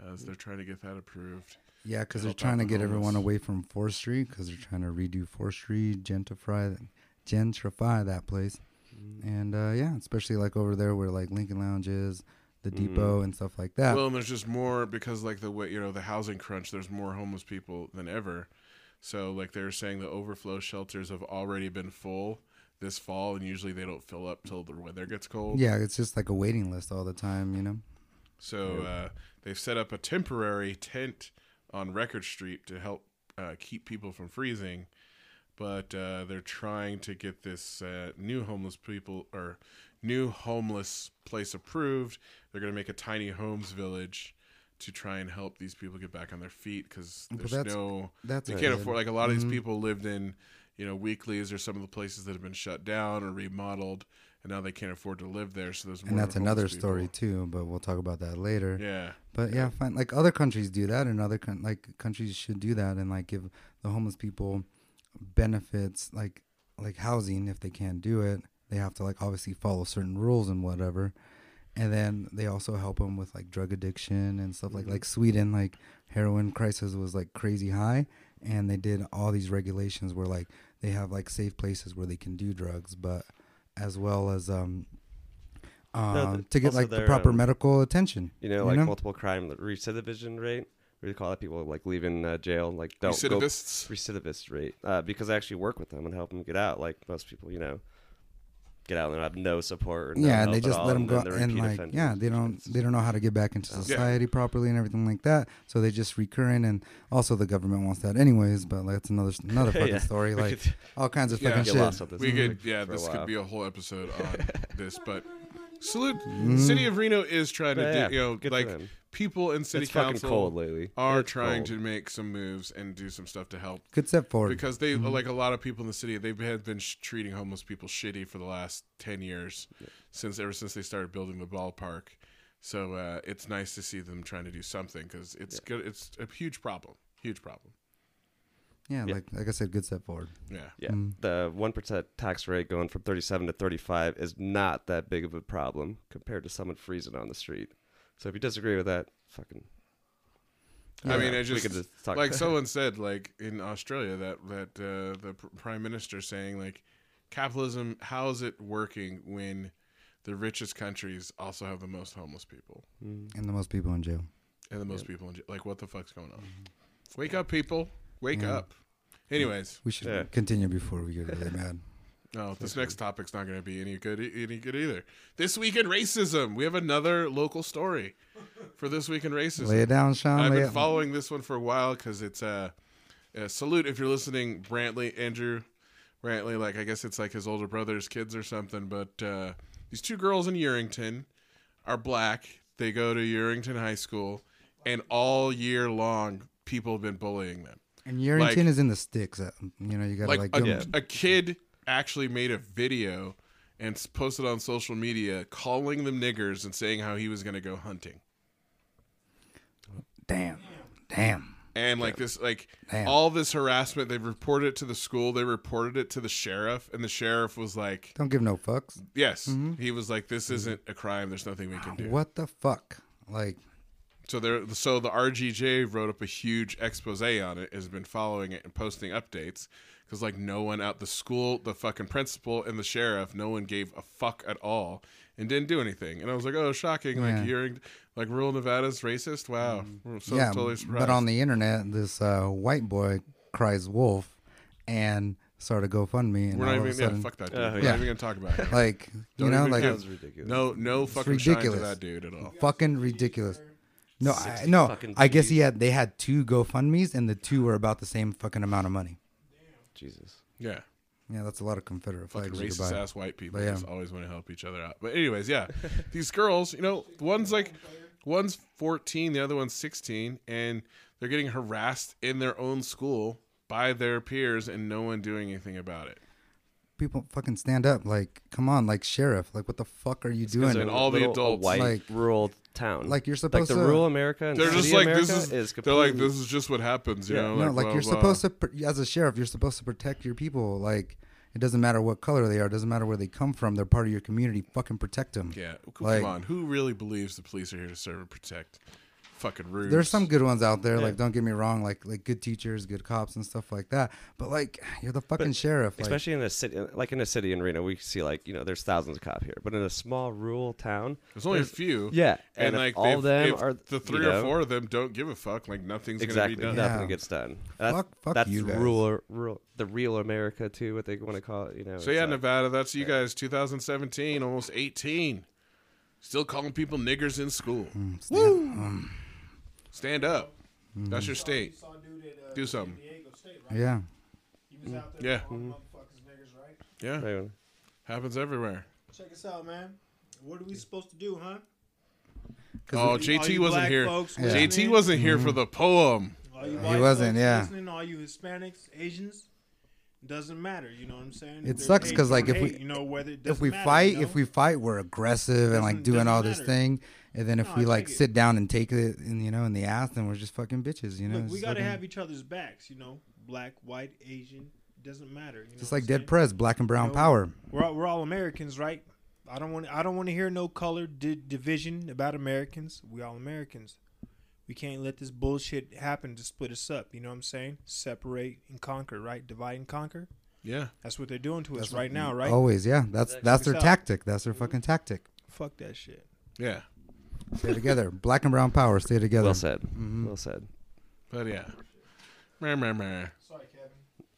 Mm. as they're trying to get that approved. Yeah, because they're help out trying to the get everyone homeless. away from Fourth Street because they're trying to redo Fourth Street, gentrify, gentrify that place, Mm-hmm. and uh, yeah, especially like over there where like Lincoln Lounge is, the Mm-hmm. Depot, and stuff like that. Well, and there's just more because like the way you know the housing crunch. There's more homeless people than ever. So like they're saying the overflow shelters have already been full this fall, and usually they don't fill up till the weather gets cold. yeah, it's just like a waiting list all the time, you know. So uh, they've set up a temporary tent on Record Street to help uh, keep people from freezing. But uh, they're trying to get this uh, new homeless people or new homeless place approved. They're going to make a tiny homes village to try and help these people get back on their feet because there's that's- no that's Mm-hmm. they can't good. afford like a lot of these people lived in you know weeklies or some of the places that have been shut down or remodeled and now they can't afford to live there so there's more And that's homeless another people. story too, but we'll talk about that later. yeah But yeah, fine. Like other countries do that, and other con- like countries should do that, and like give the homeless people benefits, like like housing. If they can't do it, they have to like obviously follow certain rules and whatever. And then they also help them with like drug addiction and stuff Mm-hmm. like like Sweden, like heroin crisis was like crazy high, and they did all these regulations where like they have like safe places where they can do drugs, but as well as um. Um, th- to get also like the their, proper um, medical attention, You know, like multiple crime the recidivism rate. We call that people like leaving uh, jail, like don't go Recidivists? recidivist rate. Uh, because I actually work with them and help them get out. Like most people, you know, get out and they have no support. Or no yeah, and they help at just all, let them then go they're and repeat like offenders. yeah, they don't they don't know how to get back into society properly and everything like that. So they just recurring and also the government wants that anyways. But like, that's another another fucking Yeah. story. We Like could- all kinds of Yeah. fucking Get shit. lost with this we topic could yeah for a this could while. be a whole episode [LAUGHS] on this but salute city of reno is trying to Mm. Yeah, yeah, do you know good for like them. people in city It's fucking council cold lately. are It's trying cold. to make some moves and do some stuff to help Good step forward. because they Mm-hmm. like a lot of people in the city they have been sh- treating homeless people shitty for the last 10 years since ever since they started building the ballpark So uh, it's nice to see them trying to do something because it's good. It's a huge problem. Huge problem. Yeah, like like I said, good step forward. Yeah. Yeah, Mm. the one percent tax rate going from thirty-seven to thirty-five is not that big of a problem compared to someone freezing on the street. So if you disagree with that, fucking I mean, Yeah, I we just, could just talk [LAUGHS] like about- someone said, like in Australia, that that uh, the pr- prime minister saying like, capitalism, how is it working when the richest countries also have the most homeless people And the most people in jail. and the most people in jail? Like, what the fuck's going on? Mm-hmm. Wake up, people! Wake up! Anyways, We should Yeah. continue before we get really mad. no, this next topic's not going to be any good e-, any good either. This week in racism, we have another local story for this week in racism. Lay it down, Sean. I've lay been it- following this one for a while because it's a uh, uh, salute if you're listening, Brantley Andrew Brantley. Like I guess it's like his older brother's kids or something. But uh, these two girls in Urington are black. They go to Urington High School, and all year long, people have been bullying them. and Urington like- is in the sticks. uh, You know, you gotta like, Like, give a, 'em- a kid actually made a video and s- posted on social media calling them niggers and saying how he was going to go hunting. damn, damn. and like this like Man. all this harassment they've reported it to the school they reported it to the sheriff and the sheriff was like Don't give no fucks. yes he was like this isn't a crime there's nothing we can do Mm-hmm. What the fuck? Like, so there so the rgj wrote up a huge expose on it has been following it and posting updates because like no one out the school the fucking principal and the sheriff no one gave a fuck at all and didn't do anything and i was like oh shocking Yeah. Mm-hmm. like hearing like rural nevada's racist wow We're so yeah, totally surprised but on the internet, this uh, white boy cries wolf and started GoFundMe, and we're all not of a even yeah, sudden, fuck that dude. Uh, we're yeah. not even gonna talk about [LAUGHS] it like you Don't know, even like count. was ridiculous. No, no fucking shine ridiculous. to that dude at all. fucking ridiculous. No, I, no, fucking I guess he had they had two GoFundmes, and the two were about the same fucking amount of money. Jesus. Yeah, Yeah, that's a lot of Confederate fucking flags. you could racist buy. ass white people But yeah. just always want to help each other out. But anyways, [LAUGHS] yeah, these girls, you know, one's like, one's fourteen, the other one's sixteen, and they're getting harassed in their own school by their peers, and no one doing anything about it. People fucking stand up. Like, come on, like sheriff. Like, what the fuck are you doing? they're- And all the Little, a adults. white Like- rural town. like, you're supposed like the to- rural America. And They're city just like America this is. is they're like completely- this is just what happens. You Yeah. know, no, like, like blah, you're blah, blah. supposed to, pr- as a sheriff, you're supposed to protect your people. Like, it doesn't matter what color they are. It doesn't matter where they come from. They're part of your community. Fucking protect them. Yeah, c- come Like- on. Who really believes the police are here to serve and protect? Fucking rude. There's some good ones out there. Like, don't get me wrong. Like, like good teachers, good cops, and stuff like that. But like, you're the fucking sheriff. Like, especially in a city, like in a city in Reno, we see like you know there's thousands of cops here, but in a small rural town, There's only a few. yeah, and, and if like all they've- of them if are- the you three or know- four of them don't give a fuck. Like nothing's exactly gonna be done. Yeah. nothing gets done. That's, Fuck- fuck that's you guys. rural, rural, the real America too, what they want to call it. You know, So it's uh, yeah, like- Nevada, that's you guys. 2017, almost 18, still calling people niggers in school. Woo! Stand up. That's your state. Saw a dude uh, at, uh, Do something. San Diego State, right? yeah. He was out there Yeah. calling motherfuckers niggas, right? Yeah, Anyway, happens everywhere. Check us out, man. What are we supposed to do, huh? Oh, all JT you wasn't black here. folks Yeah. JT listening, wasn't here for the poem. all you white wasn't, folks yeah. Listening, all you Hispanics, Asians, doesn't matter. You know what I'm saying? It There's sucks hate 'cause, like, for if we- hate, you know whether it if doesn't we matter, fight, you know? if we fight, we're aggressive and like Doesn't- doing doesn't all this matter. thing. And then if No, I we like dig it. sit down and take it, in, you know, in the ass, then we're just fucking bitches, you know. Look, It's we just got to fucking- have each other's backs. You know, black, white, Asian, doesn't matter. You know just what like I'm dead saying? press, black and brown No. power. We're all, we're all Americans, right? I don't want I don't want to hear no color di- division about Americans. We all Americans. We can't let this bullshit happen to split us up. You know what I'm saying? Separate and conquer, right? Divide and conquer. Yeah, That's what they're doing to us right now, right? Mm-hmm. Always, yeah. That's that's their Peace out. tactic. That's their fucking tactic. Fuck that shit. yeah, Stay together, black and brown power. Stay together. well said, Mm-hmm. well said. but yeah. Meh, meh, meh. [LAUGHS] Sorry, Kevin.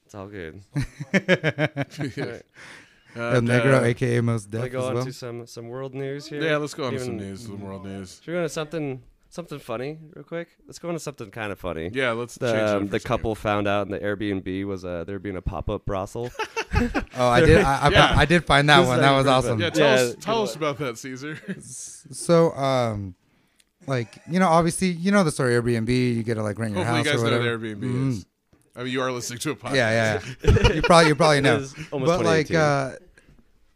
It's all good. Uh, [LAUGHS] El Negro, uh, aka Most Can we Def, as go on well. to some some world news here? yeah, let's go on to some Even- news, some world news. Should we go on to something something funny real quick? Let's go on to something kind of funny. Yeah, let's change The, um, that the for a couple found out in the Airbnb was uh, there being a pop up brothel. Oh, I did. I, [LAUGHS] I, Yeah. I did find that This one. is That was pretty awesome. second. Yeah, tell Yeah, us, good tell us luck. about that, [LAUGHS] Caesar. So, um, like you know, obviously, you know the story Airbnb. You get to like rent your Hopefully, you house guys or know what whatever. Mm-hmm. Mm. Airbnb is. I mean, you are listening to a podcast. Yeah, yeah. you probably you probably know. is almost but like 2018. uh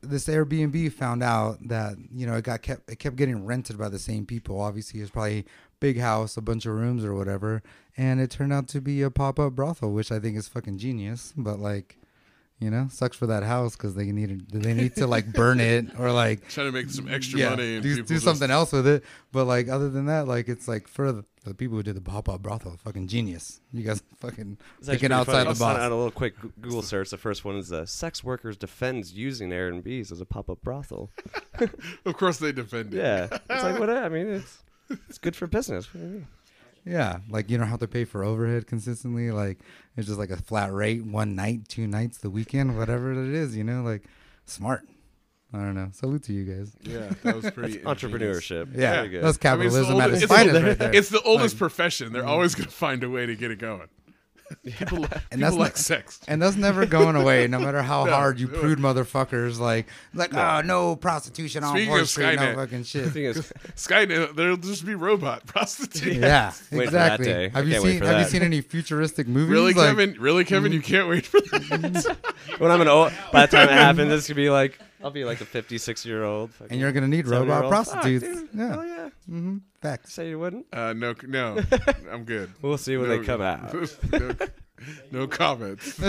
this Airbnb found out that you know it got kept it kept getting rented by the same people. Obviously, it's probably big house, a bunch of rooms or whatever, and it turned out to be a pop up brothel, which I think is fucking genius. But like, you know, sucks for that house because they need they need to like burn it or like Trying to make some extra yeah, money and do, people do just- something else with it. But like other than that, like it's like for the, for the people who did the pop up brothel, fucking genius. You guys fucking thinking outside the box. out a little quick Goo- Google search. The first one is uh, sex workers defends using Airbnbs as a pop up brothel. Of course they defend it. Yeah, it's like what? I mean, it's it's good for business. What do you mean? Yeah, like you don't have to pay for overhead consistently. Like it's just like a flat rate, one night, two nights, the weekend, whatever it is. You know, like smart. I don't know. Salute to you guys. Yeah, that was pretty ingenious. Entrepreneurship. Yeah, Very good. that's I mean, it's the capitalism oldest- at its finest, the- right there. mm. it's the oldest profession. They're always going to find a way to get it [LAUGHS] going. People, people And that's like not- sex. And that's never going away, no matter how No. hard you prude motherfuckers. Like, like, oh, no prostitution on Speaking Fourth of Street, no Skynet. fucking [LAUGHS] The shit. thing is, Skynet, there'll just be robot [LAUGHS] prostitutes. Yeah, Wait for that exactly. day. I Have you can't wait seen? for Have you that. seen any futuristic movies? Really, Like, mm. Kevin? Really, Kevin? You can't wait for [LAUGHS] that. when I'm an old, by the time it happens, this could be like I'll be like a 56 year old. And you're gonna need robot prostitutes. yeah. Oh yeah, yeah. facts. Say you wouldn't. Uh, no, no, I'm [LAUGHS] good. We'll see when no, they come out. No, [LAUGHS] no [LAUGHS] comments.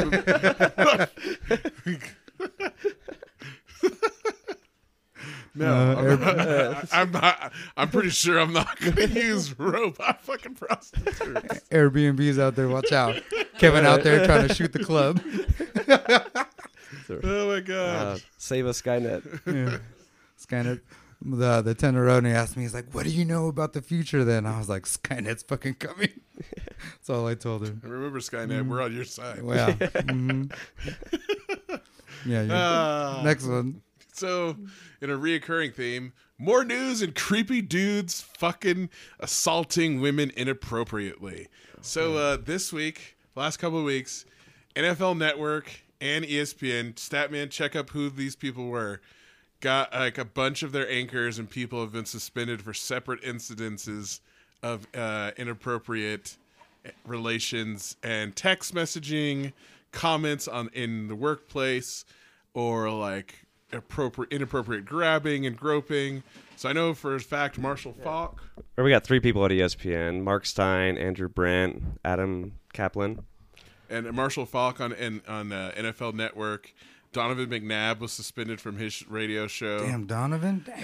No, I'm, not, I'm not. I'm pretty sure I'm not going to use robot fucking prostitutes. Airbnbs out there, watch [LAUGHS] out. Kevin out there trying to shoot the [LAUGHS] club. Oh my god! Uh, save us, Skynet. Yeah. Skynet. The the tenderoni asked me, he's like, "What do you know about the future?" Then I was like, "Skynet's fucking coming." [LAUGHS] That's all I told him. And remember, Skynet, we're on your side. Wow. [LAUGHS] Mhm. Yeah. you- Uh, Next one. [LAUGHS] So, in a reoccurring theme, more news and creepy dudes fucking assaulting women inappropriately. So, uh, this week, last couple of weeks, NFL Network and E ESPN, Statman, check up who these people were. Got like a bunch of their anchors and people have been suspended for separate incidences of uh, inappropriate relations and text messaging, comments on in the workplace, or like appropriate inappropriate grabbing and groping. So I know for a fact Marshall Falk. Or we got three people at E ESPN: Mark Stein, Andrew Brandt, Adam Kaplan. and Marshall Falk on and on uh, NFL Network. Donovan McNabb was suspended from his radio show. Damn, Donovan. Damn.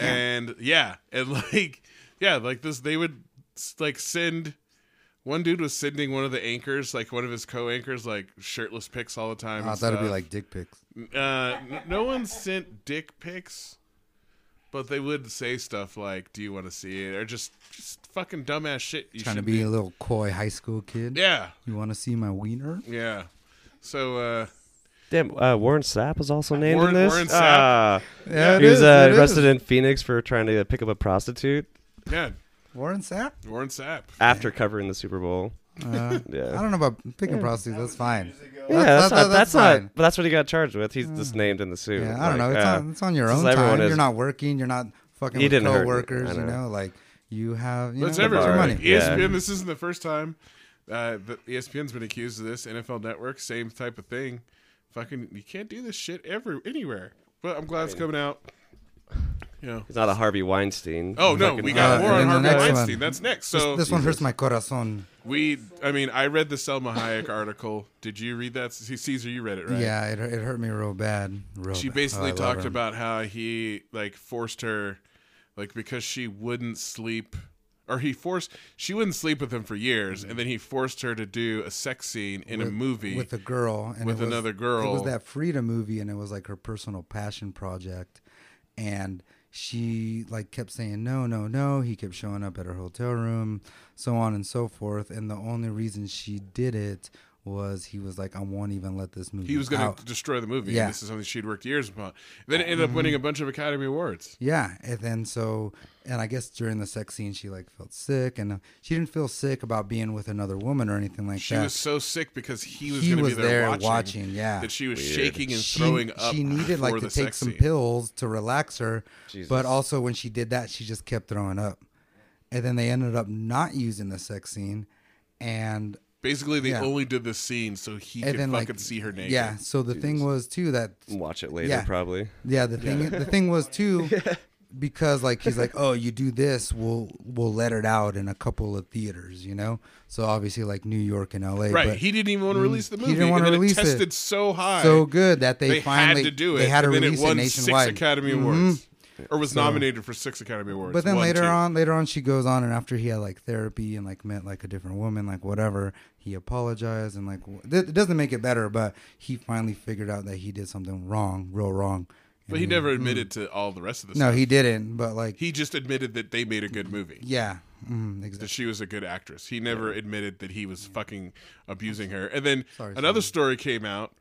And yeah, and [LAUGHS] like yeah, like this they would s- like send one dude was sending one of the anchors, like one of his co-anchors, like shirtless pics all the time. I and thought it'd Ah, be stuff. like dick pics. uh, n- no one sent dick pics, but they would say stuff like, "Do you want to see it?" or just just fucking dumbass shit. You Trying to should be a do. little coy high school kid. yeah, You want to see my wiener? yeah. So uh, Damn, uh, Warren Sapp was also named Warren- in this. Warren Sapp. Ah, Yeah, he was uh, it arrested is. in Phoenix for trying to pick up a prostitute yeah, Warren Sapp. Warren Sapp. after covering the Super Bowl. Uh, I [LAUGHS] Yeah. don't know about picking prostitutes. That's fine. Yeah, that's, not, that's, fine. not. But that's what he got charged with. He's just named in the suit. Yeah, I don't know. Like, It's, uh, on, it's on your this own is everyone time. is- You're not working. You're not fucking He with didn't hurt me. coworkers. I You know. know, like you have. You That's E know, everywhere. your bar. money. Yeah. ESPN. This isn't the first time. Uh, the ESPN's been accused of this. NFL Network, same type of thing. Fucking, you can't do this shit every anywhere. But I'm glad it's coming out. You know. He's not a Harvey Weinstein. Oh He's no, fucking- we got Uh, more on and then Harvey the next Weinstein. one. That's next. This, So this one hurts my corazon. We, I mean, I read the Selma [LAUGHS] Hayek article. Did you read that, C- Caesar? You read it, right? Yeah, it, it hurt me real bad. Real She bad. basically Oh, I love talked her. about how he like forced her, like because she wouldn't sleep, or he forced she wouldn't sleep with him for years, and then he forced her to do a sex scene in a movie. with a girl and with it was- another It was girl. that Frida movie, and it was like her personal passion project, and she like kept saying no, no, no. He kept showing up at her hotel room, so on and so forth. And the only reason she did it was he was like, I won't even let this movie. he was going out." to destroy the movie. Yeah. Mm-hmm. And this is something she'd worked years upon. Then it ended up winning a bunch of Academy Awards. Yeah, and then so, and I guess during the sex scene, she like felt sick, and uh, she didn't feel sick about being with another woman or anything like She that. was so sick because he was He going to be was there, there watching, watching, yeah. that she was shaking and she, throwing up. she needed for like to the take sex some scene. pills to relax her, Jesus. but also when she did that, she just kept throwing up, and then they ended up not using the sex scene, and Basically, they Yeah. only did this scene so he could fucking see her naked. Yeah. So the thing was too that Watch it later, Yeah. probably. Yeah, the thing the thing [LAUGHS] was too because like he's like, "Oh, you do this, we'll we'll let it out in a couple of theaters," you know? So obviously like New York and LA, Right. but he didn't even want to release the he movie. didn't wanna and release it it. tested so high. so good that they, they finally had to do it. They had to and then release it won nationwide. Mm-hmm. six Academy Awards. Or was nominated for six Academy Awards. But then One, later two. on, later on, she goes on, and after he had like therapy and like met like a different woman, like whatever, he apologized and like w- th- it doesn't make it better, but he finally figured out that he did something wrong, real wrong. But he never admitted to all the rest of this. mm-hmm. No, he didn't. But like, He just admitted that they made a good movie. yeah, mm, exactly. that she was a good actress. He never admitted that he was fucking abusing her. And then another story came out.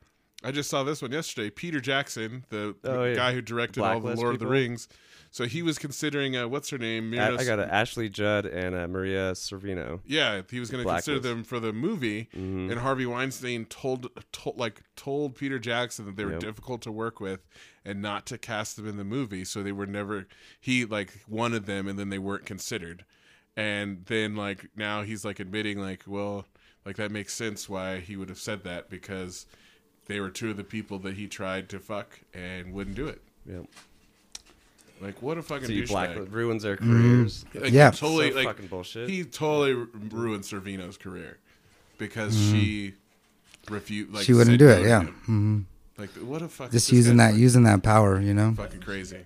I just saw this one yesterday. Peter Jackson, the Oh, yeah. guy who directed all the Blacklist Lord of the people? Rings, so he was considering uh, what's her name? A- I, Mira- got it. Ashley Judd and uh, Maria Servino. yeah, he was going to consider Blacklist. them for the movie, Mm-hmm. and Harvey Weinstein told, told like told Peter Jackson that they were Yep. difficult to work with and not to cast them in the movie, so they were never he like wanted them and then they weren't considered. And then like now he's like admitting like, well, like that makes sense why he would have said that because they were two of the people that he tried to fuck and wouldn't do it. Yep. Like what a fucking So you douchebag. black ruins their Mm-hmm. careers. Like, Yeah. he totally. So like fucking bullshit. he totally ru- ruined Servino's career because she refused. Like, Mm-hmm. She said wouldn't do no it, to yeah. Mm-hmm. him. Like what a fuck. just using that, guy's using that power, you know. fucking crazy.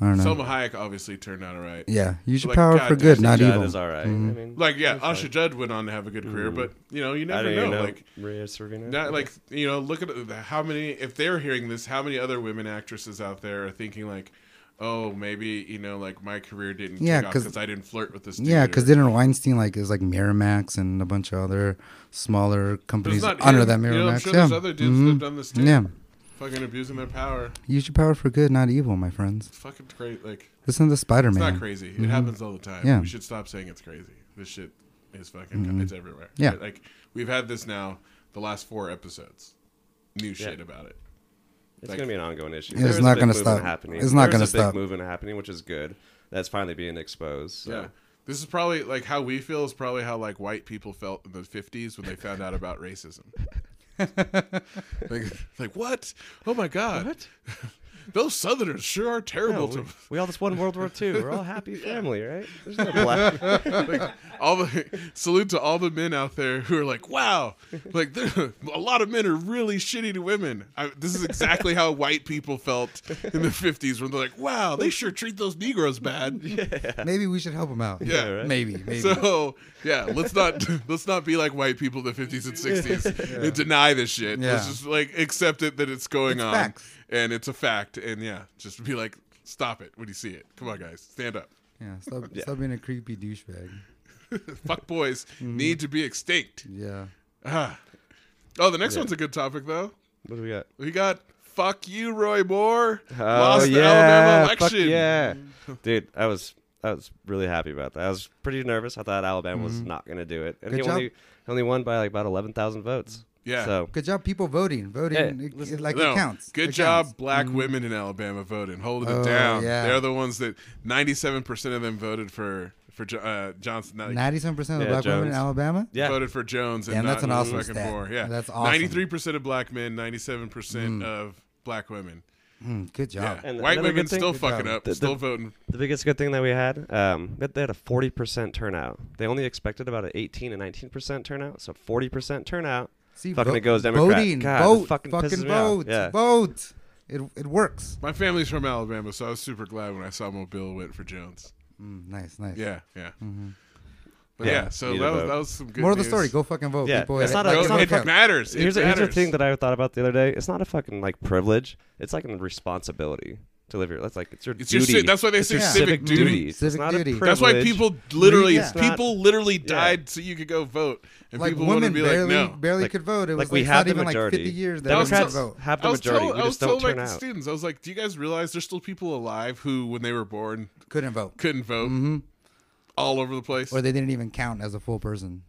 I don't know. Selma Hayek obviously turned out alright. yeah, use your Like, power God, for good, Ashley not Judd evil. Mm-hmm. is all right. I mean, Like yeah, Asha Judd went on to have a good career, but you know you Mm-hmm. I never don't know. even know Like Maria Servino. not like you know look at the- how many if they're hearing this, how many other women actresses out there are thinking like. Oh, maybe you know, like my career didn't Yeah, take off 'cause- because I didn't flirt with this. Dude Yeah, or- because didn't Weinstein like is like Miramax and a bunch of other smaller There's companies not under him. that You know, I'm Miramax? sure yeah, Mm-hmm. there's other dudes that have done this too. yeah. Fucking abusing their power. Use your power for good, not evil, my friends. It's fucking crazy. Like, Listen to Spider it's Man. [LAUGHS] Mm-hmm. not crazy. It happens all the time. Yeah. Mm-hmm. We should stop saying it's crazy. This shit is fucking, it's everywhere. Yeah. Like, we've had this now the last four episodes. New shit about it. It's Like- gonna be an ongoing issue. It's There is a not big gonna movement stop. Happening. It's not There is gonna a big stop. Movement happening, which is good. That's finally being exposed. So. Yeah. This is probably like how we feel is probably how like white people felt in the 50s when they found out about [LAUGHS] racism. like, like, what? Oh my God. [LAUGHS] Those Southerners sure are terrible we, to [LAUGHS] we all just won World War II. We're all happy family, right? There's no [LAUGHS] black. all the [LAUGHS] salute to all the men out there who are like, wow, like there- [LAUGHS] a lot of men are really shitty to women. I, this is exactly how white people felt in the '50s when they're like, wow, they sure treat those Negroes [LAUGHS] bad. Yeah. Maybe we should help him out. Yeah, right? Maybe, [LAUGHS] maybe. So yeah, let's not [LAUGHS] let's not be like white people in the '50s and [LAUGHS] '60s and deny this shit. Let's Yeah. just like accept it that it's going It's on facts. and it's a fact. And yeah, just be like, stop it when you see it. Come on, guys, stand up. yeah, stop, stop being a creepy douchebag. Fuck [LAUGHS] boys Mm-hmm. need to be extinct. Yeah. Ah. Oh, the next one's a good topic though. What do we got? We got fuck you, Roy Moore. Oh, Lost the yeah, Alabama fuck election. yeah, dude, I was I was really happy about that. I was pretty nervous. I thought Alabama was Mm-hmm. not going to do it, and Good he job. only only won by like about eleven thousand votes. Yeah. So Good job, people voting. Voting, Hey, it- it, like, No, it counts. Good It job, counts. black Mm-hmm. women in Alabama voting, holding Oh, it down. yeah. They're the ones that 97% of them voted for for Jo- uh, Johnson. Not, 97% of Yeah, black women in Jones. Alabama? yeah, Voted for Jones and Damn, not that's an for awesome fucking stat. Moore. Yeah, That's awesome. 93% of black men, 97% of black women. Mm, good job. Yeah, And white another women good thing- still Good fucking job. up, The- the- still voting. the biggest good thing that we had, um, that they had a forty percent turnout. They only expected about an eighteen and nineteen percent turnout, so forty percent turnout. See, fucking vo- it goes Democrat. Voting, God, that vote, fucking fucking, pisses me off. vote, Yeah. vote. It, it works. My family's from Alabama, so I was super glad when I saw Mobile went for Jones. Mm, nice, nice. Yeah, yeah. But yeah, Yeah, so need that to was, vote. that was some good Mm-hmm. More of the news. story. Go fucking vote, Yeah, people. it's It- not a- like, Go- it's not it a it counts. matters. It here's, a, matters. here's a thing that I thought about the other day. It's not a fucking like privilege. It's like a responsibility to live your. That's like it's your It's your duty. ci- that's why they It's say your civic duty. It's Civic not a duty. privilege. That's why people literally Yeah. people literally Yeah. died so you could go vote, and Like people want to women be barely like, no. barely Like- could vote. It was like like, we it's have not the even like majority. 50 years that women could Democrats vote. have I the was majority. told, we I was just don't told like turn the out. students, I was like, do you guys realize there's still people alive who, when they were born, Couldn't [LAUGHS] vote, couldn't vote Mm-hmm. all over the place? or they didn't even count as a full person.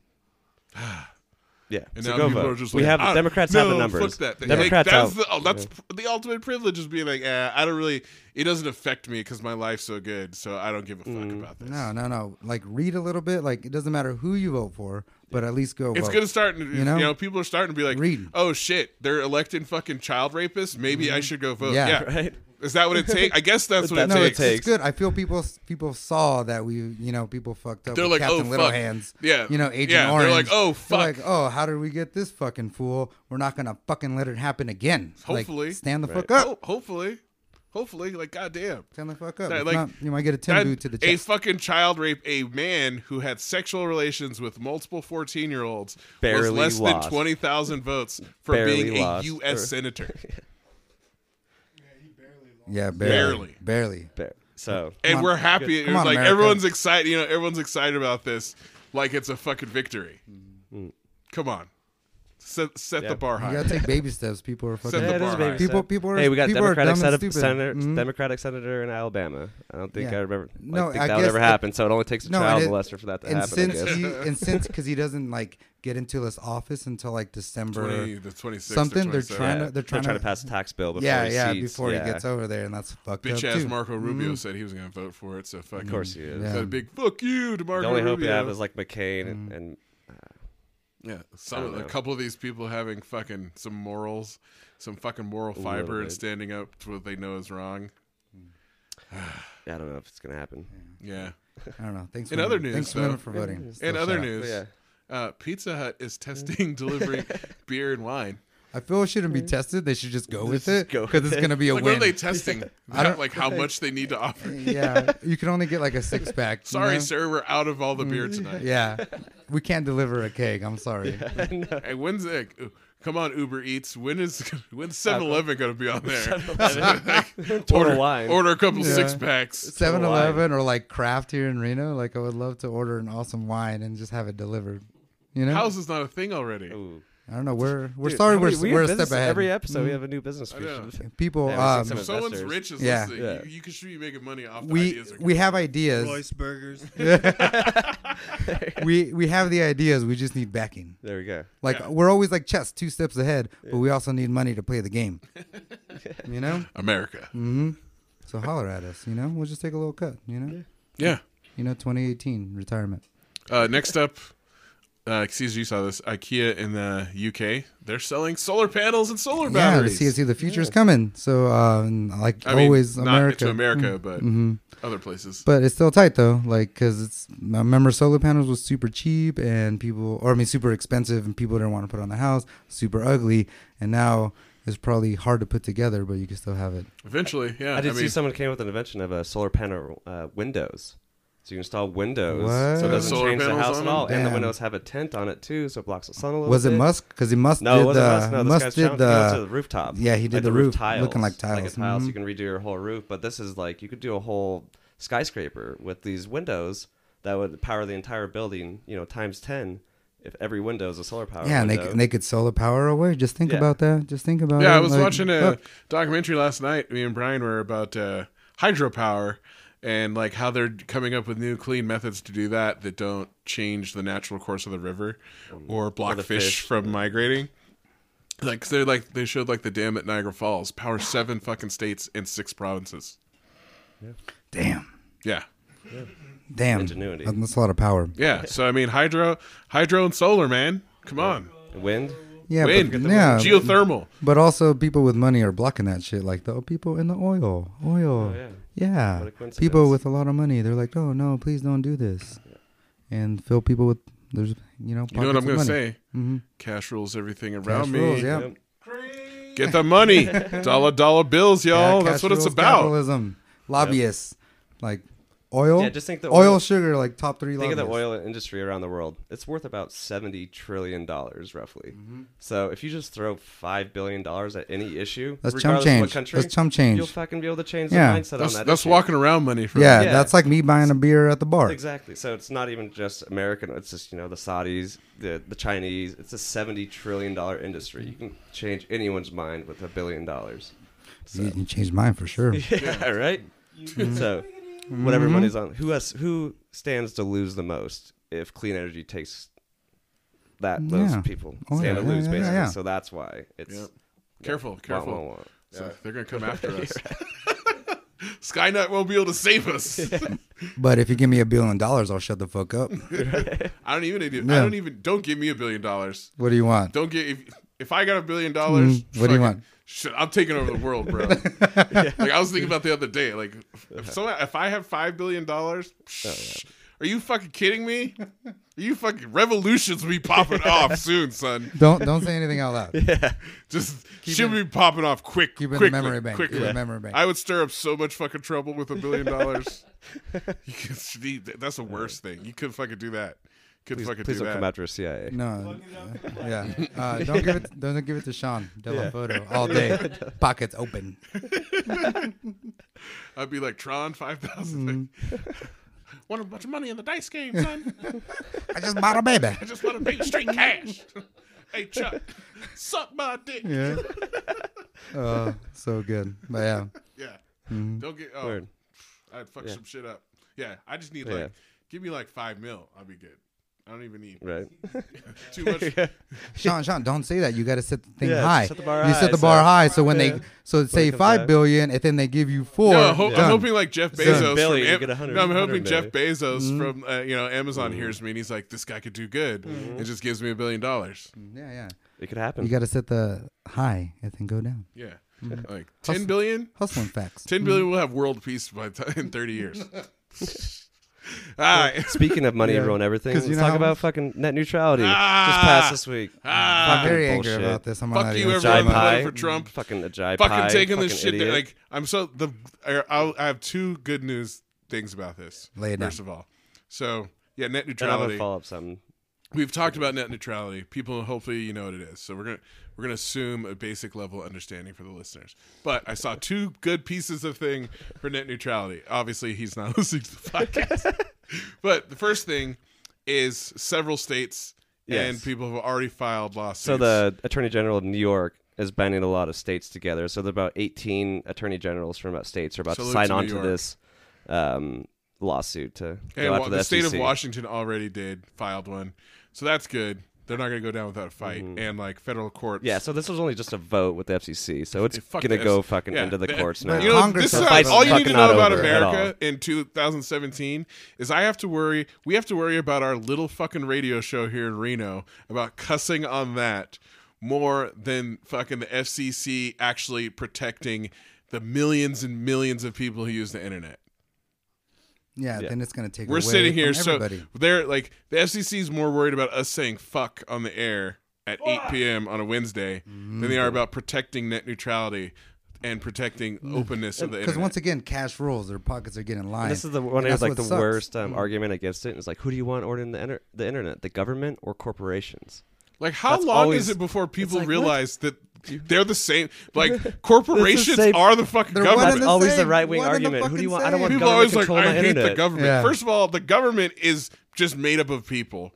Yeah. And so now go people vote. are just we like, have "I- Democrats no, have the numbers. Fuck that. They- Democrats that's out. The, oh, that's pr- the ultimate privilege is being like, eh, I don't really. It doesn't affect me because my life's so good, so I don't give a fuck Mm. about this. No, no, no. Like read a little bit. Like it doesn't matter who you vote for, but at least go. It's vote. gonna start. You know? know? you know, people are starting to be like, Read. Mm-hmm. "Oh shit, they're electing fucking child rapists. Maybe I should go vote." Yeah, Yeah. Right. Is that what it takes? I guess that's what That's it No, what takes. it's, it it's good. I feel people people saw that we, you know, people fucked up. They're with like, Captain "Oh, Little fuck." Hands. Yeah. you know, Agent Yeah, Orange. they're like, "Oh, They're like, fuck." oh, how did we get this fucking fool? We're not gonna fucking let it happen again. Like, Hopefully. stand the fuck up. Ho- Oh, hopefully, hopefully, like goddamn. Stand the fuck up. That, If like, not, you might get a That- ten boot to the a chest. fucking child rape a man who had sexual relations with multiple 14 year olds was Barely less lost. than 20,000 votes for Barely being lost. a U.S. Or- [LAUGHS] senator. yeah, barely, barely, There. So And on, we're happy. Come on, like America. everyone's excited. You know, everyone's excited about this. Like it's a fucking victory. Come on, set, set Yeah. the bar Mm. You high. [LAUGHS] gotta take baby steps. People are fucking. Set the Yeah, it is bar a baby high. People- step. people are- Hey, we got people are Democratic dumb and senator, stupid. senator, Mhm. Democratic senator in Alabama. I don't think Yeah. I remember. Like, No, think I that would guess ever it- happen. So it only takes a child and it- molester for that to and happen. I Since guess. he, [LAUGHS] and since because he doesn't like get into this office until like December 20, the 26th or something, they're 27th. trying Yeah, to they're trying, to pass a tax bill before yeah he yeah seats. before Yeah. he gets over there, and that's fucked Bitch up ass too. Marco Mm-hmm. Rubio said he was going to vote for it. So fucking. Of course he is. Yeah. Said a big fuck you to Marco The only Rubio. hope you have is like McCain and, and Yeah, some don't of- a know. couple of these people having fucking some morals, some fucking moral little fiber, and bit. standing up to what they know is wrong. I don't know if it's gonna happen. Yeah. I don't know. Thanks. In women. other news, thanks though- women for voting. In So other shout out. news, Yeah. Mm. uh, Pizza Hut is testing [LAUGHS] [LAUGHS] delivering beer and wine. I feel it shouldn't be tested. They should just go with just it go because with it's it. gonna be a Like, what are win. they [LAUGHS] testing? [LAUGHS] That, like how much they need to offer. [LAUGHS] yeah, you can only get like a six pack. you Sorry, [LAUGHS] know? sir, we're out of all the beer Mm-hmm. tonight. Yeah, we can't deliver a keg. I'm sorry. Hey, when's it? Come on, Uber Eats. When is [LAUGHS] when's 7-Eleven going to be on [LAUGHS] there? [LAUGHS] Total order wine. Order a couple Yeah. six packs. Seven Eleven or like Craft here in Reno. Like I would love to order an awesome wine and just have it delivered. You know, House is not a thing already. Ooh. I don't know. We're we're Dude, sorry. how We're many we're weird a step business- ahead. Every episode we have a new business know. feature. People, Yeah, we've um, seen If someone's investors. rich is Yeah. listening, Yeah. You, you can should be making money off the we ideas. that we come have from ideas. Royce [LAUGHS] burgers. We we have the ideas. We just need backing. [LAUGHS] There we go. Like we're always like chess, two steps ahead, but we also need money to play the [LAUGHS] game. you know, America. Mm. so holler at us. You know, we'll just take a little cut. You know, Yeah. you know, 2018 retirement. Uh, next up, uh, excuse you saw this IKEA in the UK. They're selling solar panels and solar Yeah, to batteries. see see the future's coming. So uh, and, like I mean, always, not America. Mm. Mm-hmm. to America, but other places. But it's still tight though, like because it's. I remember solar panels was super cheap and people, or I mean, super expensive, and people didn't want to put on their house. Super ugly, and now it's probably hard to put together, but you can still have it. Eventually, yeah. I did mean, see someone came up with an invention of a solar panel uh, windows. So you install windows, What? so it doesn't Solar change the panels house on at all, them? and the Damn. windows have a tent on it too, so it blocks the sun a little. Was it bit. Musk? Because he must No, did it wasn't the us. No, this Musk guy's did challenge- he went to the, the rooftop. Yeah, he did Like the, roof, tiles, looking like Like tiles. a tile, so mhm. you can redo your whole roof. But this is like you could do a whole skyscraper with these windows that would power the entire building. You know, times ten if every window is a solar Oh, power. yeah, and they, window. c- and they could solar power away. Just think Yeah. about that. Just think about it. yeah, I was like, oh, watching a look, documentary last night. Me and Brian were about uh, hydropower and like how they're coming up with new clean methods to do that that don't change the natural course of the river Mm. or block the fish, fish. from migrating. Like 'cause they're like they showed like the dam at Niagara Falls power seven fucking states and six provinces. Damn, Yeah, damn, Ingenuity. That's a lot of power. [LAUGHS] yeah. So I mean, hydro, hydro and solar, man. Come on, wind. Yeah, wind, but, yeah, geothermal. But also, people with money are blocking that shit. Like the oh, people in the oil, oil. Oh, yeah. yeah, What a coincidence. people with a lot of money. They're like, oh no, please don't do this. And fill people with there's you know. You know what I'm pockets of gonna money. Mm-hmm. say? Cash rules everything around Cash me. rules, yeah. Yep. Get the [LAUGHS] money, dollar dollar bills, Yeah, y'all. cash That's what it's rules, about. Capitalism, lobbyists, like oil. Yeah, just think the oil, oil- sugar, like top three. Think of the lobbyists. oil industry around the world. It's worth about seventy trillion dollars, roughly. Mm-hmm. So if you just throw five billion dollars at any issue, That's chump regardless of change. What country, That's chump change. You'll fucking be able to change Yeah. the mindset That's on that. that's issue. walking around money for Yeah, Yeah. that's like me buying a beer at the bar. Exactly. So it's not even just American. It's just you know the Saudis, the the Chinese. It's a seventy trillion dollar industry. You can change anyone's mind with a billion dollars. You, you changed mine for sure. [LAUGHS] Yeah, right. Mm-hmm. so whatever money's on, who has who stands to lose the most if clean energy takes that those Yeah. people Oh, stand yeah, to yeah, lose yeah, basically. yeah. So that's why it's Yep. Careful, careful. Wah, wah, wah. So they're gonna come [LAUGHS] after us. [LAUGHS] Skynet won't be able to save [LAUGHS] us. But if you give me a billion dollars, I'll shut the fuck up. [LAUGHS] I don't even. Need, I Yeah. don't even. Don't give me a billion dollars. What do you want? Don't get if, if I got a billion dollars. Mm, what do you fucking- want? Shit, I'm taking over the world, [LAUGHS] bro. like I was thinking about the other day. [LAUGHS] Like if so, if I have five billion dollars, Oh, are you fucking kidding me? Are you fucking revolutions will be popping [LAUGHS] off soon, son. Don't don't say anything out loud. Just should be popping off quick, Keep it in quickly, the memory bank. quickly. Keep it in the memory bank. I would stir up so much fucking trouble with a billion [LAUGHS] dollars. You could- that's the worst thing. You could fucking do that. Could Please, fucking please do don't that. come after a CIA. no. Yeah. Uh, don't give it. Don't give it to Sean De La Foto all day. Pockets open. I'd be like Tron five thousand. Mm-hmm. [LAUGHS] want a bunch of money in the dice game, son. I just bought a baby. I just want to pay [LAUGHS] straight cash. [LAUGHS] hey Chuck, suck my dick. Yeah. [LAUGHS] Yeah. Oh, so good. But yeah. Mm-hmm. Don't get. Oh, Word. I'd fuck some shit up. Yeah, I just need Yeah. like, give me like five mil. I'll be good. I don't even need [LAUGHS] Right. [LAUGHS] too much. Sean, Sean, don't say that. You got to set the thing Yeah, high. set the bar you high, set the so- bar high. So when they, so say comes five back. billion, and then they give you four. No, I hope, I'm done. hoping like Jeff Instead of Bezos. Billy, from you Am- get 100, no, I'm hoping 100 Jeff million. Bezos Mm-hmm. from uh, you know Amazon hears me and he's like, this guy could do good, and just gives me a billion dollars. Mm-hmm. Yeah, yeah. It could happen. [LAUGHS] You got to set the high and then go down. Yeah, Mm-hmm. like ten billion. Hustling facts. Ten billion will have world peace by t- in thirty [LAUGHS] years. Ah, Speaking of money, Yeah. everyone, everything. 'Cause Let's you know talk how- about fucking net neutrality. Ah! Just passed this week. ah, I'm very fucking angry bullshit. about this. I'm Fuck not you, even everyone. saying Jai much. Pi. Pie. for Trump. Fucking a [LAUGHS] Jai fucking Pi, taking this fucking shit. there idiot. Like I'm so the. I, I'll, I have two good news things about this. Lay it down. first of all, so yeah, net And I'm gonna neutrality. follow up something. We've talked about net neutrality. People, hopefully, you know what it is. So we're gonna we're gonna assume a basic level understanding for the listeners. But I saw two good pieces of thing for net neutrality. Obviously, he's not [LAUGHS] listening to the podcast. but the first thing is several states and Yes. people have already filed lawsuits. So the Attorney General of New York is banding a lot of states together. So there are about 18 Attorney Generals from about states are about Salute to sign to on New to York. this um, lawsuit to and go wa- after the, state of SEC. Washington already did filed one, so that's good. They're not gonna go down without a fight. And like federal courts, Yeah, so this was only just a vote with the FCC, so it's Yeah, fuck gonna this. go fucking Yeah, into the that- courts but now. You know, Congress this is is how- fucking all you need to fucking know not about over at America in 2017 is I have to worry. We have to worry about our little fucking radio show here in Reno about cussing on that more than fucking the FCC actually protecting the millions and millions of people who use the internet. Yeah, then it's gonna take. We're away sitting here, from so everybody. they're like the FCC is more worried about us saying fuck on the air at 8 p.m. on a Wednesday than they are about protecting net neutrality and protecting openness of the Because internet. once again, cash rules. Their pockets are getting lined. This is the And one that that's has what like the sucks. Mm. worst um, argument against it. It's like, who do you want ordering the, inter- the internet, the government or corporations? Like how That's long is always- it before people like, what? realize that they're the same? Like corporations same- are the fucking They're government. one and That's always the same. right wing One and the argument. Who do you fucking want? I don't want same. people are always like, government I control hate my the internet." government. Yeah. First of all, the government is just made up of people.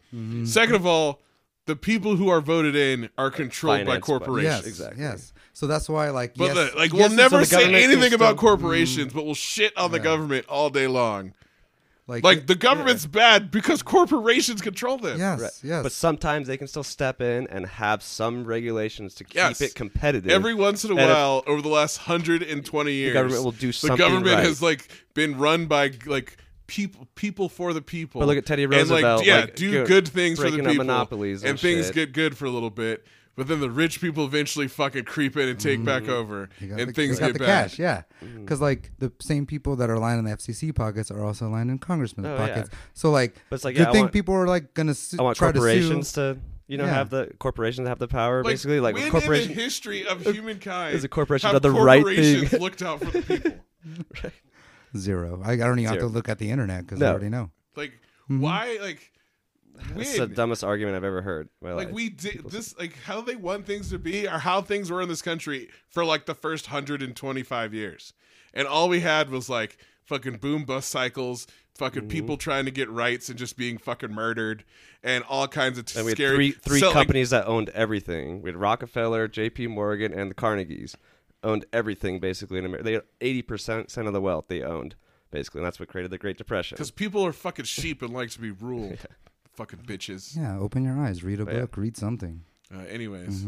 Second of all, the people who are voted in are controlled by Financed by- corporations. Yes, Exactly. Yes. So that's why, like, But yes, the, like yes, we'll never the say government anything is about still- corporations, but we'll shit on the government all day long. like, Like the government's bad because corporations control them. yes, Right. yes. But sometimes they can still step in and have some regulations to keep Yes. it competitive. Every once in a And if- while, over the last hundred and twenty years, government will do The something government right. has like been run by like people, people for the people. But look at Teddy and Roosevelt, like yeah, like, do go- good things for the breaking up people, monopolies and things shit. get good for a little bit. But then the rich people eventually fucking creep in and take back over, Mm. They got and the- things they got get the bad. cash, yeah. Mm. Because like the same people that are lining the FCC pockets are also lining congressmen's Oh, yeah. pockets. So like, But it's like, good yeah, I thing want- people are like gonna su- I want try corporations to to, you know Yeah. have the corporations have the power Like, basically like when a in corporation the history of humankind is a corporation have done the right corporations thing? looked out for [LAUGHS] the people. sue zero. I, I don't even have to Zero. look at the internet because I No. already know. Like Mm-hmm. why? Like It's the when? dumbest argument I've ever heard. in my like life. we did this like how they want things to be or how things were in this country for like the first 125 years and all we had was like fucking boom bust cycles fucking Mm-hmm. people trying to get rights and just being fucking murdered and all kinds of t- and we had scary three three so, like, companies that owned everything. We had Rockefeller, J.P. Morgan, and the Carnegies owned everything basically in America. They had eighty percent of the wealth they owned basically, and that's what created the Great Depression. [LAUGHS] Because people are fucking sheep and like to be ruled. fucking bitches. Yeah, open your eyes, read a Yeah. book, read something. Uh, Mm-hmm. anyways,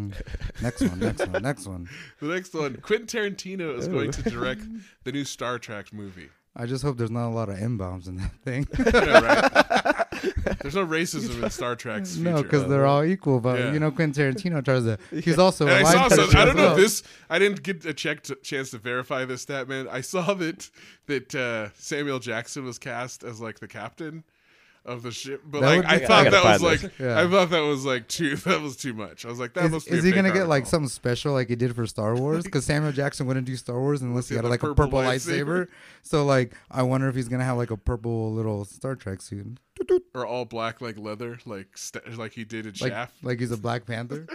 Next one, next one, next one. the next one, Quentin Tarantino is going to direct the new Star Trek movie. [LAUGHS] [LAUGHS] I just hope there's not a lot of M bombs in that [LAUGHS] thing. Yeah, right? There's no racism in Star Trek's future. no, because they're all equal. But Yeah. you know, Quentin Tarantino [LAUGHS] tries to. He's also. a And I line saw some, toucher I as don't know well. if this. I didn't get a check to, chance to verify this stat, man. I saw that that uh, Samuel Jackson was cast as like the captain of the ship, but That like would I make- I thought gotta that was find like this. Yeah. I thought that was like too [LAUGHS] that was too much. I was like, that Is, must be. is a he fake gonna get like article. something special like he did for Star Wars? Because Samuel Jackson wouldn't do Star Wars unless he Unless had he like had a the purple purple lightsaber. lightsaber. So like, I wonder if he's gonna have like a purple little Star Trek suit, or all black like leather like st- like he did in like Shaft? like he's a Black Panther.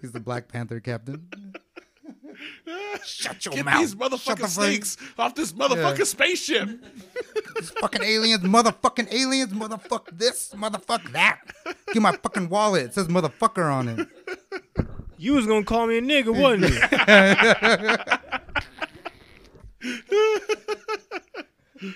he's the Black Panther [LAUGHS] captain. Shut your get mouth! These motherfucking snakes off this motherfucking spaceship. These fucking aliens, motherfucking aliens, motherfuck this, motherfuck that. Give my fucking wallet. It says motherfucker on it. You was gonna call me a nigga, wasn't you? [LAUGHS]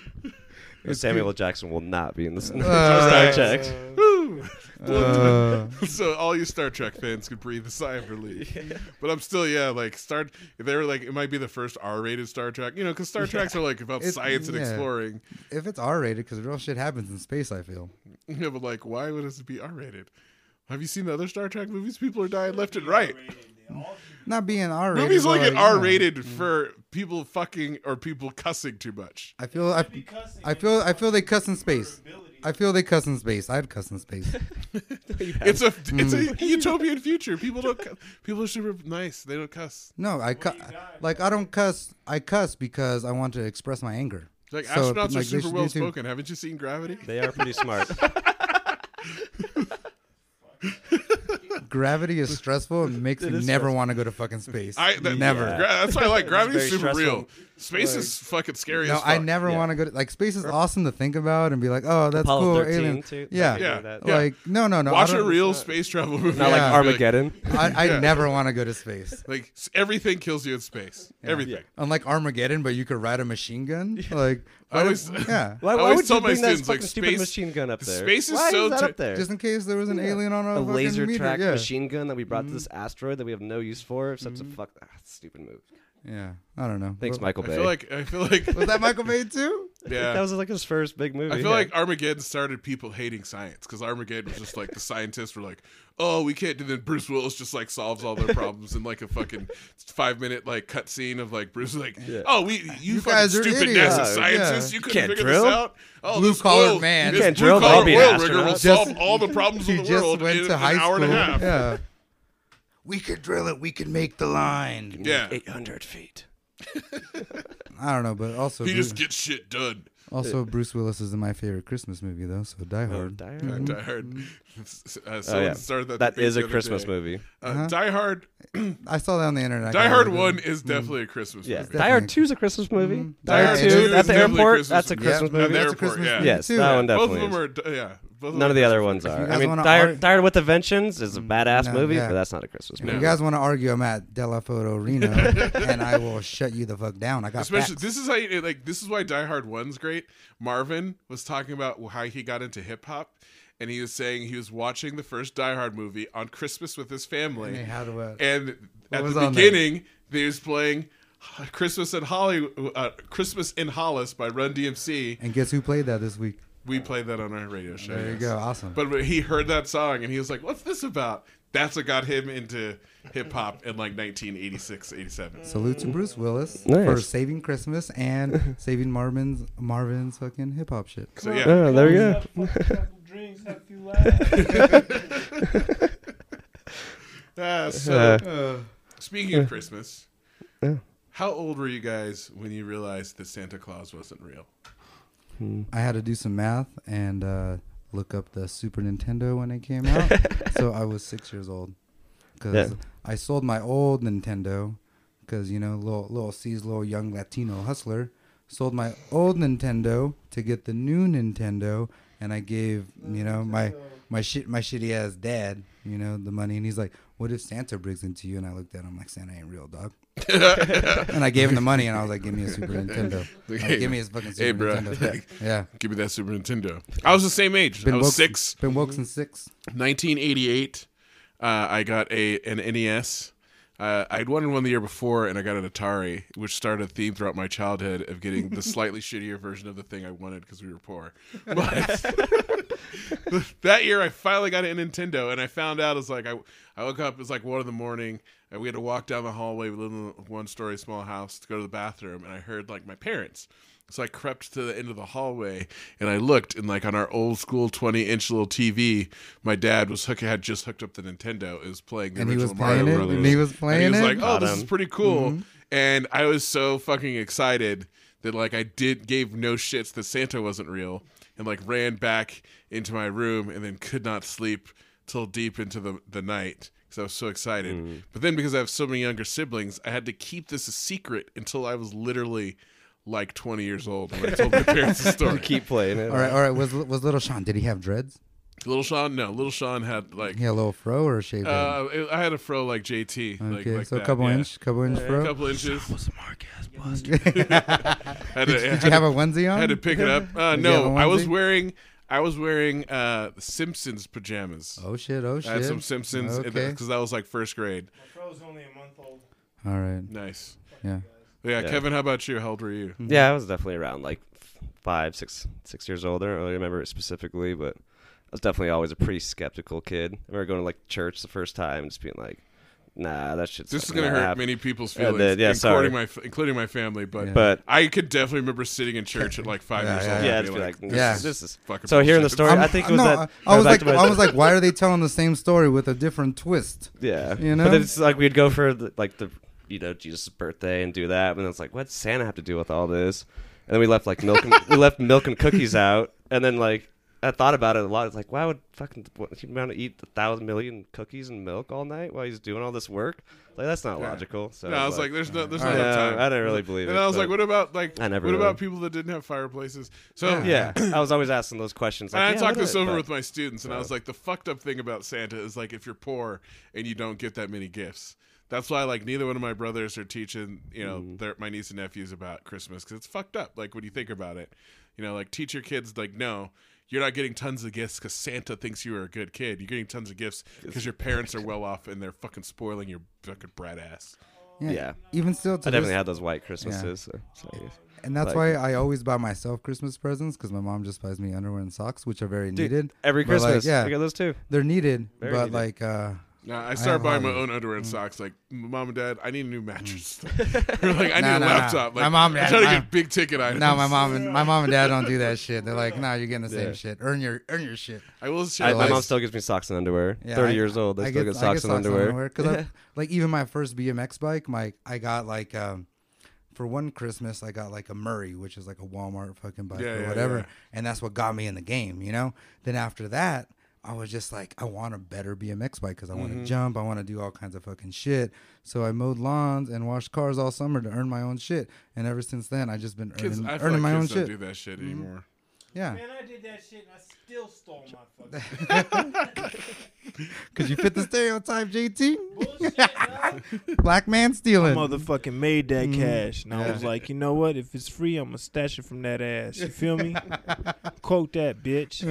Samuel Jackson will not be in this. Uh, [LAUGHS] Star Trek. [LAUGHS] Uh, so all you Star Trek fans could breathe a sigh of relief. But I'm still, yeah, like Star. If they were like, it might be the first R-rated Star Trek, you know, because Star Treks are like about It's- science and yeah. exploring. [LAUGHS] if it's R rated, because real shit happens in space, I feel. Yeah, but like, why would it be R-rated? Have you seen the other Star Trek movies? People are dying left and right. Not being R rated. Movies only get R-rated for people fucking or people cussing too much. I feel I, I feel I feel they cuss in space. I feel they cuss in space. I'd cuss in space. It's a it's a utopian future. People don't. cu- People are super nice. They don't cuss. No, I cu- like I don't cuss. I cuss because I want to express my anger. Like So, astronauts are like, they super should do well too. spoken. Haven't you seen Gravity? They are pretty smart. Gravity is stressful and makes me never want to go to fucking space. I that, never. Gra- that's why I like gravity's very super stressful. real. Space is fucking scary. No, as fuck. I never want to go to like space is awesome to think about and be like, oh, that's Apollo cool, 13 alien. too. Yeah. Oh, Something Yeah. like that. Yeah. Like no, no, no. I watch a don't- real space travel movie. Not like Yeah. and be Armageddon. I, [LAUGHS] I never want to go to space. Like, s- everything kills you in space. Everything. Unlike Armageddon, but you could ride a machine gun. Like I why always- [LAUGHS] don't- [LAUGHS] yeah. Why, I why always would tell you my bring that students, like, fucking stupid space- machine gun up there? space is why so that ter- up there? Just in case there was an alien on a, a fucking laser meter. track yeah. machine gun that we brought to this asteroid that we have no use for. Such a fuck ah, stupid move. Yeah, I don't know. Thanks, Well- Michael I Bay. feel like I feel [LAUGHS] like Was that Michael Bay too? [LAUGHS] yeah. that was like his first big movie. I feel yeah. like Armageddon started people hating science because Armageddon was just like the scientists were like, "Oh, we can't do." Then Bruce Willis just like solves all their problems in like a fucking five minute like cutscene of like Bruce like, "Oh, we you, fucking guys are stupid idiots." NASA Yeah, scientists, yeah. you couldn't Can't figure drill? this out." Oh, Blue this collar oil- man. You this can't drill, blue collar don't be an oil rigger will astronaut. solve Just- all the problems He in the just world went in to high an hour school. and a half. [LAUGHS] Yeah. We could drill it. We could make the line. Yeah. eight hundred feet. I don't know, but also He Bruce, just gets shit [LAUGHS] done. also Bruce Willis is in my favorite Christmas movie though, so Die Hard. Oh, Die Uh, Hard. Die Hard. [LAUGHS] Uh, Mm-hmm. Oh, someone yeah. started that. that debate is the a other Christmas day. movie. Uh, Uh-huh. Die Hard. I saw that on the internet. I Die kinda Hard liked it. One is definitely a Christmas Mm. Yeah, movie. definitely Die Hard a- Two is a Christmas movie. Die Die Hard Hard Two Mm-hmm. Two is at the definitely a airport. Christmas That's a movie. Yeah, Christmas movie. but movie. That's a Airport, Christmas yeah. movie Yes, too. that one Both of definitely. them is. are. d- Yeah. Both None of the other ones are. guys I mean, wanna Die ar- Hard, Die Hard with a Vengeance is a badass no, movie, yeah. but that's not a Christmas If movie. you Yeah. guys want to argue, I'm at Delafoto Reno, [LAUGHS] and I will shut you the fuck down. I got Especially facts. this is how you, like this is why Die Hard One's great. Marvin was talking about how he got into hip hop, and he was saying he was watching the first Die Hard movie on Christmas with his family. Hey, how do I- and at was the on there? beginning, they was playing Christmas in Holly, uh, Christmas in Hollis by Run DMC. and guess who played that this week? We played that on our radio show. There you yes. go. Awesome. But when he heard that song and he was like, "What's this about?" That's what got him into hip hop in like 1986, 87. Salute to Bruce Willis Nice. for saving Christmas [LAUGHS] and saving Marvin's Marvin's fucking hip hop shit. So yeah, Oh, there you go. Dreams have you laugh. [LAUGHS] Uh, so speaking of Christmas, how old were you guys when you realized that Santa Claus wasn't real? I had to do some math and uh, look up the Super Nintendo when it came [LAUGHS] out. so I was six years old because Yeah. I sold my old Nintendo because you know little little C's little young Latino hustler sold my old Nintendo to get the new Nintendo, and I gave you know my my shit my [LAUGHS] shitty ass dad you know the money, and he's like, "What if Santa breaks into you?" And I looked at him like, "Santa ain't real, dog." And I gave him the money, and I was like, "Give me a [LAUGHS] Super Nintendo. Like, Hey, give me his fucking Super hey, bro. [LAUGHS] Nintendo." [LAUGHS] Yeah. Give me that Super Nintendo. I was the same age. I was woke, six. Been woke since six. 1988. Uh, I got a an NES. Uh, I'd wanted one the year before, and I got an Atari, which started a theme throughout my childhood of getting the slightly shittier version of the thing I wanted because we were poor. But [LAUGHS] that year, I finally got a Nintendo, and I found out it's like I I woke up. It's like one in the morning, and we had to walk down the hallway. We lived in a one story small house to go to the bathroom, and I heard like my parents. So I crept to the end of the hallway and I looked, and like on our old school 20 inch little TV, my dad was hook had just hooked up the Nintendo, is playing the And he original was Mario playing it? Brothers. And he was playing and he was it? like, oh, this is Adam. pretty cool. Mm-hmm. And I was so fucking excited that like I did gave no shits that Santa wasn't real and like ran back into my room and then could not sleep till deep into the, the night because I was so excited. But then because I have so many younger siblings, I had to keep this a secret until I was literally like 20 years old when I told my parents the story. Keep playing it. All right, all right. Was was little Sean? Did he have dreads? Little Sean, no, Little Sean had like, He had a little fro or a shaved head? uh, it- I had a fro like JT. like, okay, like so that, a couple yeah. inch, couple inch A fro. [LAUGHS] couple inches. [LAUGHS] did Had to- had you to- have a onesie on? I had to pick it [LAUGHS] up. Uh, Did you Um, have no, a I was onesie? wearing I was wearing uh, Simpsons pajamas. Oh shit! Oh shit! I had some Simpsons because Okay. that was like first grade. Fro's only a month old. All right. Nice. Yeah. Yeah, Yeah. Kevin, how about you? How old were Hmm. you? Yeah, I was definitely around like f- five, six, six years old. I don't really remember it specifically, but I was definitely always a pretty skeptical kid. I remember going to like church the first time, and just being like, "Nah, that shit's This is not gonna hurt happen." many people's Yeah, feelings, that- yeah, including sorry. my f- including my family. But But I could definitely remember sitting in church at like five Yeah, years yeah, old. yeah, and I'd be be like, like, "This Yeah. is- this is." fucking So hearing the bullshit. story, I'm- I think it was no, that. I, I was back like, to my- [LAUGHS] I was like, why are they telling the same story with a different twist? Yeah, You know? But it's like we'd go for the, like the you know Jesus' birthday and do that, and it's like, what's Santa have to do with all this? And then we left like milk. And, we left milk and cookies out, and then like I thought about it a lot. It's like, why would fucking what, he want to eat a thousand million cookies and milk all night while he's doing all this work? Like that's not logical. So No, I was like, there's no, there's I, not enough time. I [LAUGHS] didn't really believe and it. I was but- like, what about like, I never what really- about people that didn't have fireplaces? So [LAUGHS] yeah, I was always asking those questions. Like, And I yeah, talked what this are- over but- with my students, and I was like, the fucked up thing about Santa is like if you're poor and you don't get that many gifts. That's why like neither one of my brothers are teaching you know Mm-hmm. their, my niece and nephews about Christmas because it's fucked up. Like when you think about it, you know, like teach your kids like no. You're not getting tons of gifts because Santa thinks you are a good kid. You're getting tons of gifts because your parents are well off and they're fucking spoiling your fucking brat ass. Yeah. Even still, to I definitely this- had those white Christmases. So, so, yes. and that's like- why I always buy myself Christmas presents because my mom just buys me underwear and socks, which are very Dude, needed. every But, like, Christmas, I got yeah, those too. they're needed, Very but needed. like, uh, No, I started have buying my hardly- own underwear and socks. Like, mom and dad, I need a Mm. new [LAUGHS] mattress. [LAUGHS] We're like, I need a Nah, nah, nah. laptop. Like, My mom I'm and trying to dad- get big ticket items. no, my mom and my mom and dad don't do that shit. They're like, nah, you're getting the same Yeah. shit. Earn your earn your shit. I will say, I, like, my mom still gives me socks and underwear. Yeah, Thirty I- years old, they I still get, get, socks, and underwear. Because [LAUGHS] like even my first BMX bike, my I got like um, for one Christmas I got like a Murray, which is like a Walmart fucking bike Yeah, or yeah, whatever, yeah. and that's what got me in the game, you know. Then after that, I was just like, I want a better BMX bike because I want Mm-hmm. to jump, I want to do all kinds of fucking shit. So I mowed lawns and washed cars all summer to earn my own shit, and ever since then I just been kids, earning, I feel earning like my own kids don't shit. do that shit anymore. Yeah, Man, I did that shit and I still stole my fucking. because you fit the stereotype, JT. Bullshit, dog. [LAUGHS] Black man stealing. Motherfucking made that cash, and I was like, you know what? If it's free, I'm gonna stash it from that ass. You feel [LAUGHS] me? Quote that, [LAUGHS] bitch.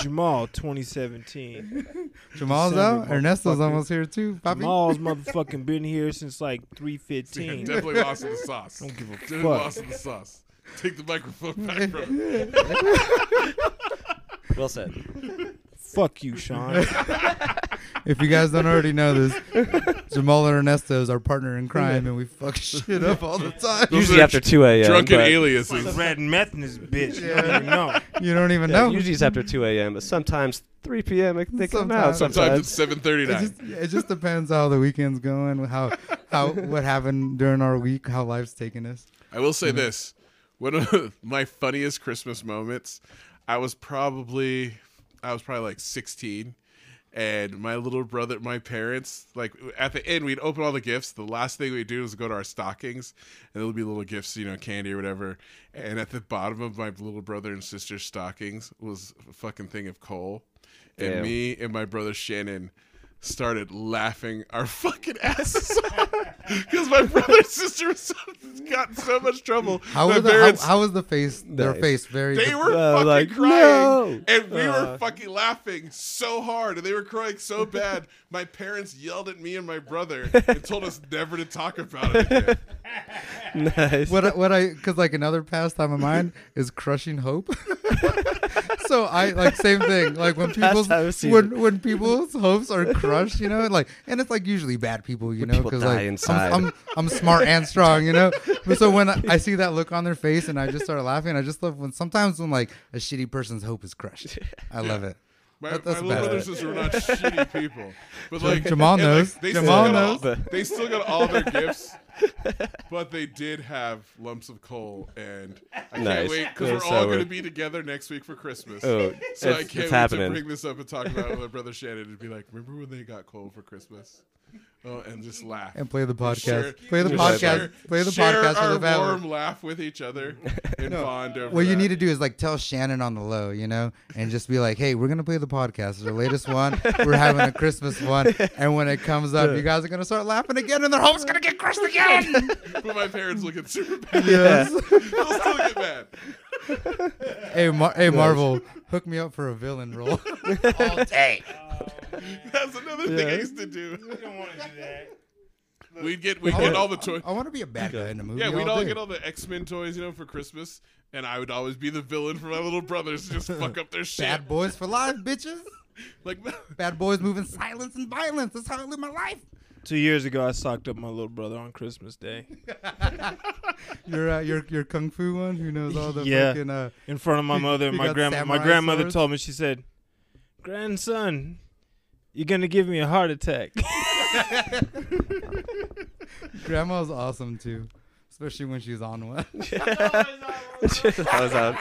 Jamal, 2017. Jamal's December, out. Ernesto's motherfucker. almost here too. Papi. [LAUGHS] Jamal's motherfucking been here since like [LAUGHS] 315. Definitely lost in the sauce. Don't give a Definitely fuck. lost in the sauce. Take the microphone back from it. Well said. Fuck you, Sean. [LAUGHS] If you guys don't already know this, Jamal and Ernesto is our partner in crime, and we fuck shit up all the time. [LAUGHS] Those Usually are after two a.m. Drunken but- aliases. Red meth in this bitch. You don't even know. You don't even Yeah, know. Usually it's after 2 a.m., but sometimes 3 p.m. it- They come out. Sometimes. Sometimes Sometimes. it's seven thirty It nine. just, it just depends how the weekend's going, how how what happened during our week, how life's taking us. I will say this: one of [LAUGHS] my funniest Christmas moments. I was probably, I was probably like sixteen, and my little brother, my parents, like at the end, we'd open all the gifts. The last thing we'd do is go to our stockings, and there'll be little gifts, you know, candy or whatever. And at the bottom of my little brother and sister's stockings was a fucking thing of coal, and Damn. me and my brother Shannon started laughing our [LAUGHS] fucking asses off because my brother and sister was so, got in so much trouble. How my was, the, parents- how, how was the face? Their Nice. face very. they were Uh, fucking like, crying, no. and we were Uh. fucking laughing so hard, and they were crying so bad. My parents yelled at me and my brother and told us never to talk about it again. [LAUGHS] nice. what I, what I because like another pastime of mine is crushing hope. [LAUGHS] so I like same thing. Like when people's Pastime of season. when when people's hopes are crushed, you know, and like and it's like usually bad people, you know, people because die like inside. I'm, I'm I'm smart and strong, you [LAUGHS] know. But so when I, I see that look on their face and I just start laughing, I just love when sometimes when like a shitty person's hope is crushed. I love it. My, That- my that's little bad. brothers and sisters were not shitty people, but like Jamal and, like, knows. they Jamal still got All, knows. they still got all their gifts, [LAUGHS] but they did have lumps of coal, and I can't Nice. wait because They're we're all going to sour. be together next week for Christmas. Oh, so I can't it's- it's wait to happening. bring this up and talk about it with my brother Shannon and be like, "Remember when they got coal for Christmas?" Oh, and just laugh And play the podcast. Share- play the share- podcast. Play the share podcast our for the family. warm laugh with each other and bond over. What you that. need to do is like tell Shannon on the low, you know, and just be like, "Hey, we're gonna play the podcast. It's our latest one. We're having a Christmas one, and when it comes up, you guys are gonna start laughing again, and their home's gonna get crushed [LAUGHS] again." But my parents look at super bad. yes. [LAUGHS] They'll still get mad. hey, Mar- hey, Marvel, hook me up for a villain role. [LAUGHS] That's another thing I Yeah. used to do. You don't want to do that. We'd get we get all the toys. I want to be a bad guy in a movie. Yeah, we'd all day. get all the X Men toys, you know, for Christmas, and I would always be the villain for my little brothers to just fuck up their shit. bad boys for life, bitches. Like, [LAUGHS] Bad boys moving silence and violence. That's how I live my life. Two years ago, I socked up my little brother on Christmas Day Your uh, your your kung fu one who knows [LAUGHS] all the Yeah. fucking. Uh, in front of [LAUGHS] my mother and You my got grandma. My samurai grandmother swords? told me, she said, "Grandson, you're gonna give me a heart attack." grandma's awesome too, especially when she's [LAUGHS] on one. I was out.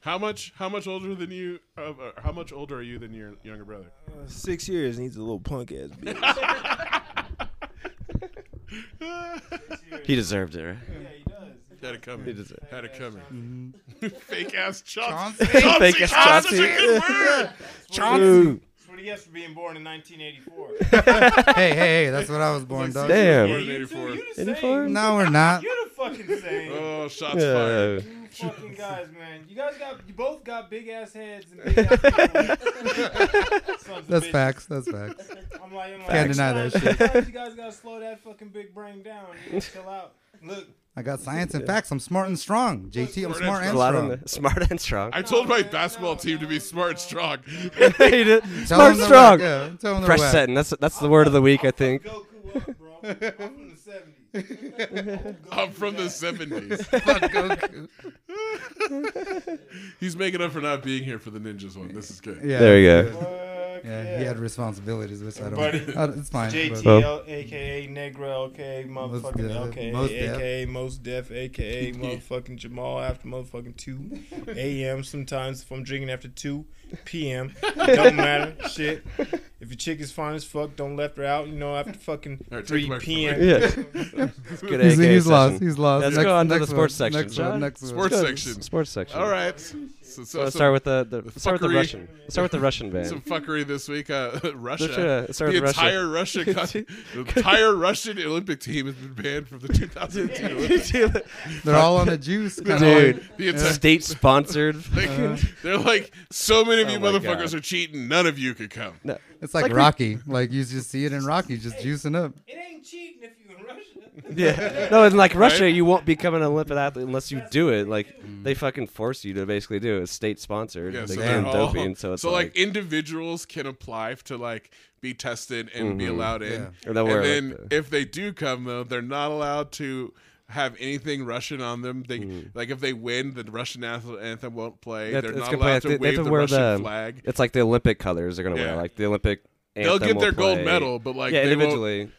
how much? How much older than you? Uh, uh, how much older are you than your younger brother? [LAUGHS] Six years needs a little punk ass [LAUGHS] bitch. He deserved it, right? Had it coming. He deserved it. Had it coming. [LAUGHS] Fake ass Chauncey. Chauncey. Chauncey. Fake ass Chauncey's a Chauncey. good word. That's what he gets for being born in 1984. hey, hey, hey, that's what I was born, Like, dog. Damn. born in 84. Uniform? No, we're not. You're the fucking [LAUGHS] same. Oh, shots Yeah. fired. fucking guys, man. You guys got, you both got big ass heads and [LAUGHS] big ass That's facts. That's facts. [LAUGHS] I'm like, I'm like, Can't deny that shit. sometimes- sometimes You guys gotta slow that fucking big brain down. You gotta chill out. Look, I [LAUGHS] got science and facts. I'm smart and strong. JT, I'm Smart and smart and A lot of strong. them- smart and strong. I told my basketball team to be smart and [LAUGHS] strong. [LAUGHS] He Tell did. smart them and they're strong. whack, yeah. Tell them they're Fresh whack. setting. That's that's the word of the week, [LAUGHS] I think. [LAUGHS] Goku up, bro. I'm I'm from the 70s. from the 70s. Fuck Goku. He's making up for not being here for the ninjas one. This is good. Yeah, There you that's go. good. Fuck Yeah, he had responsibilities, which I don't. Buddy. I don't- it's fine. JT, but- L- aka Negro, aka motherfucking Def, LK, Most Def. aka Most [LAUGHS] Def, aka motherfucking Jamal after motherfucking 2 a.m. Sometimes if I'm drinking after 2 p.m., [LAUGHS] don't matter. Shit. If your chick is fine as fuck, don't left her out, you know, after fucking All right, take 3 my- p.m. Yeah. Good He's, AKA he's lost. session. He's lost. Let's next, go on to next the sports one, section, Next one. John. Next one. Sports Good. section. Sports section. All right. So, so, So let's some- start with the, the, let's start with fuckery. the Russian. Let's start with the Russian band. some fuckery this week. Uh, [LAUGHS] Russia. Russia, it started the with Russia. entire Russia. [LAUGHS] got- the entire Russian Olympic team has been banned from the 2002 Olympics. They're all on the juice, kinda Dude. like- The entire. State sponsored. [LAUGHS] Like, they're like, so many of you Oh my motherfuckers God. are cheating. None of you could come. No. It's like, Like we- Rocky. Like you just see it in Rocky, just juicing up. It ain't cheating if you in Russia. Yeah. No, it's like Russia, Right? Mm. you won't become an Olympic athlete unless you do it. Like they fucking force you to basically do it. It's state sponsored. Yeah, they so ban they're all- doping, so it's like, like, individuals can apply to like be tested and be allowed in. Yeah. Mm-hmm. Or they'll wear, And like, then the- if they do come though, they're not allowed to have anything Russian on them. They Mm-hmm. like if they win, the Russian national anthem won't play. Yeah, they're it's not gonna play- allowed to they- they have wave to the wear Russian the- flag. it's like the Olympic colors they're gonna Yeah. wear. Like the Olympic They'll anthem get will their gold play. medal, but, like, Yeah, they won't- individually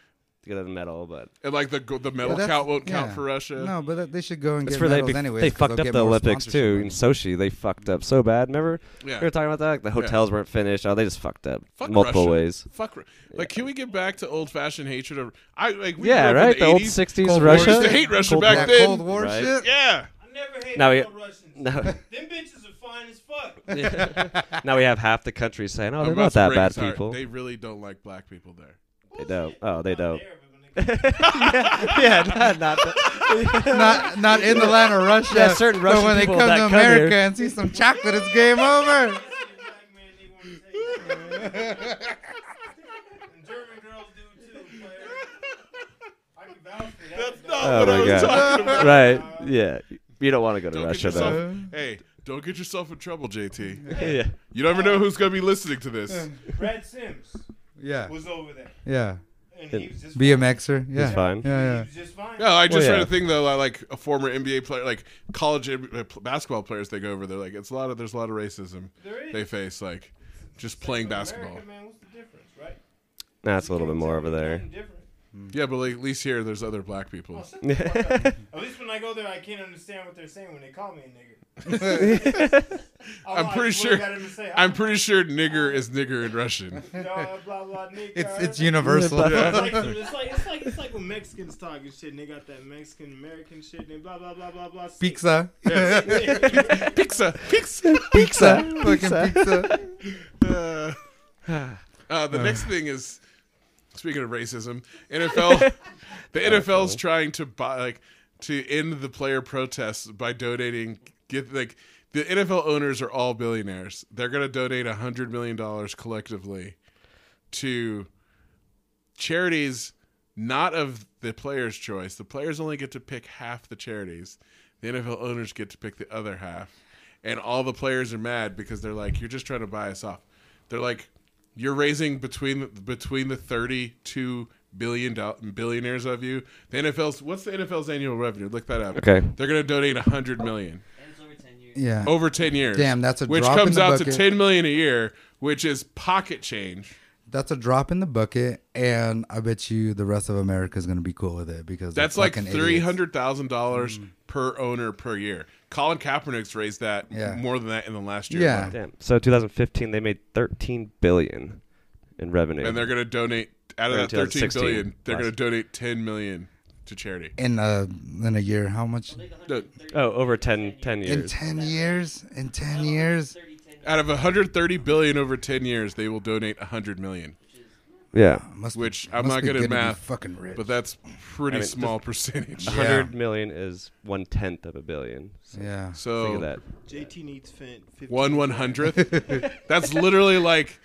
to get a medal, but And like the go- the medal But that's- count won't count yeah. for Russia. No, but that- they should go and It's get for they, medals bec- anyways. they 'cause fucked they'll up get the more Olympics sponsorship too. money. In Sochi, they fucked up so bad. Remember? Yeah. We were talking about that. Like, the hotels weren't finished. Oh, they just fucked up Fuck multiple Russia. ways. Fuck. Ru- Like, can we get back to old fashioned hatred of? I like we yeah, grew up right. in The, the, old 80s. '60s Cold War. Russia. used to hate Russia Cold back That then. Cold War Right. shit. Yeah. I never hated Now no we- Russians. [LAUGHS] No. Them bitches are fine as fuck. now we have half the country saying, "Oh, I'm they're about not to that break bad his heart. people." They really don't like black people there. They don't. Oh, they don't. There, but when they come yeah, not, [LAUGHS] not that. not not in the land of Russia. Yeah, certain but Russian when they people come that to come America here- and see some chocolate, it's game over. black men, they want to take it, man. And German girls do too, player. I can vouch for that. That's not Oh what I my was god. talking about. [LAUGHS] Right? Yeah. You don't want to go to Don't get Russia though. yourself, hey, don't get yourself in trouble, JT. Yeah. You never know who's gonna be listening to this. Brad Sims Yeah, was over there, yeah. and he was just BMXer. Yeah, fine. Fine. He Yeah, was just fine. No, I just Well, read yeah. a thing though. I like a former NBA player, like college uh, pl- basketball players. They go over there. Like it's a lot of there's a lot of racism There is. they face. Like just playing basketball. America, man, what's the difference, right? That's a little bit more over there. Nothing different. Yeah, but like, at least here there's other black people. [LAUGHS] At least when I go there, I can't understand what they're saying when they call me a nigga. [LAUGHS] I I'm like pretty sure. look at 'em and say, I'm pretty sure nigger is nigger in Russian. [LAUGHS] Blah, blah, blah, nigga. It's it's universal. It's like, it's like it's like it's like when Mexicans talk and shit, and they got that Mexican American shit, and they blah blah blah blah blah. [LAUGHS] [LAUGHS] Pizza. Pizza, pizza. Pizza. Fucking pizza. Uh, [SIGHS] uh, the next thing is speaking of racism, NFL. the NFL's trying to buy like to end the player protests by donating. Get like the NFL owners are all billionaires. They're gonna donate a hundred million dollars collectively to charities not of the players' choice. The players only get to pick half the charities. The NFL owners get to pick the other half. And all the players are mad because they're like, "You're just trying to buy us off." They're like, "You're raising between the, between the 32 billion do- billionaires of you." The NFL's what's the NFL's annual revenue? Look that up. Okay. They're going to donate 100 million Yeah. over 10 years. Damn, that's a which drop in comes the out to bucket. 10 million a year, which is pocket change. That's a drop in the bucket, and I bet you the rest of America is gonna be cool with it because That's they're like fucking three idiots. Mm. hundred thousand dollars per owner per year. Colin Kaepernick's raised that Yeah. more than that in the last year, Yeah. alone. Damn. So 2015, they made 13 billion in revenue. and they're going to donate out of that Or in thirteen 2016 billion. They're going to last- donate ten million to charity. in a in a year. How much? No, oh, over 10, 10 In years. ten years? In ten years? out of one hundred thirty billion over ten years, they will donate hundred million. yeah. Must Which, be, I'm must not be good at to be math, Fucking rich. But that's pretty I mean, small [LAUGHS] percentage. Yeah. 100 million is one tenth of a billion. So yeah. So think of that. JT needs fin. 15. one one hundredth. that's literally like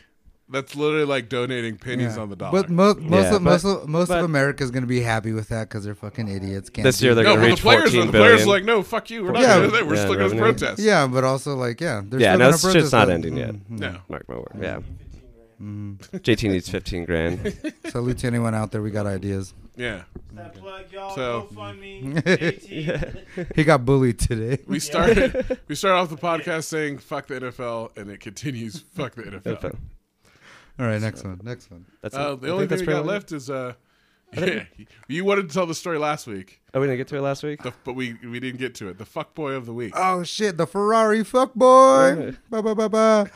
that's literally like donating pennies Yeah. on the dollar. But mo- most Yeah, of, most but- of, most but- of America is going to be happy with that because they're fucking idiots. Can't This do year they're that. no, but gonna the reach players, 14 the players are billion. like, no, fuck you. We're not Yeah. going to do that. We're Yeah, still going to revenue. protest. Yeah, but also like yeah, they're Yeah, still no, gonna it's shit's protest not that. ending yet. mm-hmm. No. Mark my word. Yeah. JT Mm-hmm. needs 15 grand. Salute to anyone out there. We got [LAUGHS] ideas. [LAUGHS] Yeah. That plug, y'all. So- [LAUGHS] GoFundMe. JT. He got bullied today. We [LAUGHS] started we started off the podcast saying fuck the NFL and it continues [LAUGHS] fuck the NFL. All [LAUGHS] right, next one. Next one. That's it. Uh, I the only think that's thing we pretty got much it. left is uh [LAUGHS] you wanted to tell the story last week, Oh, we didn't get to it last week? the, but we we didn't get to it. The fuck boy of the [LAUGHS] week. Oh shit, the Ferrari fuck boy. Ba ba [LAUGHS] ba ba.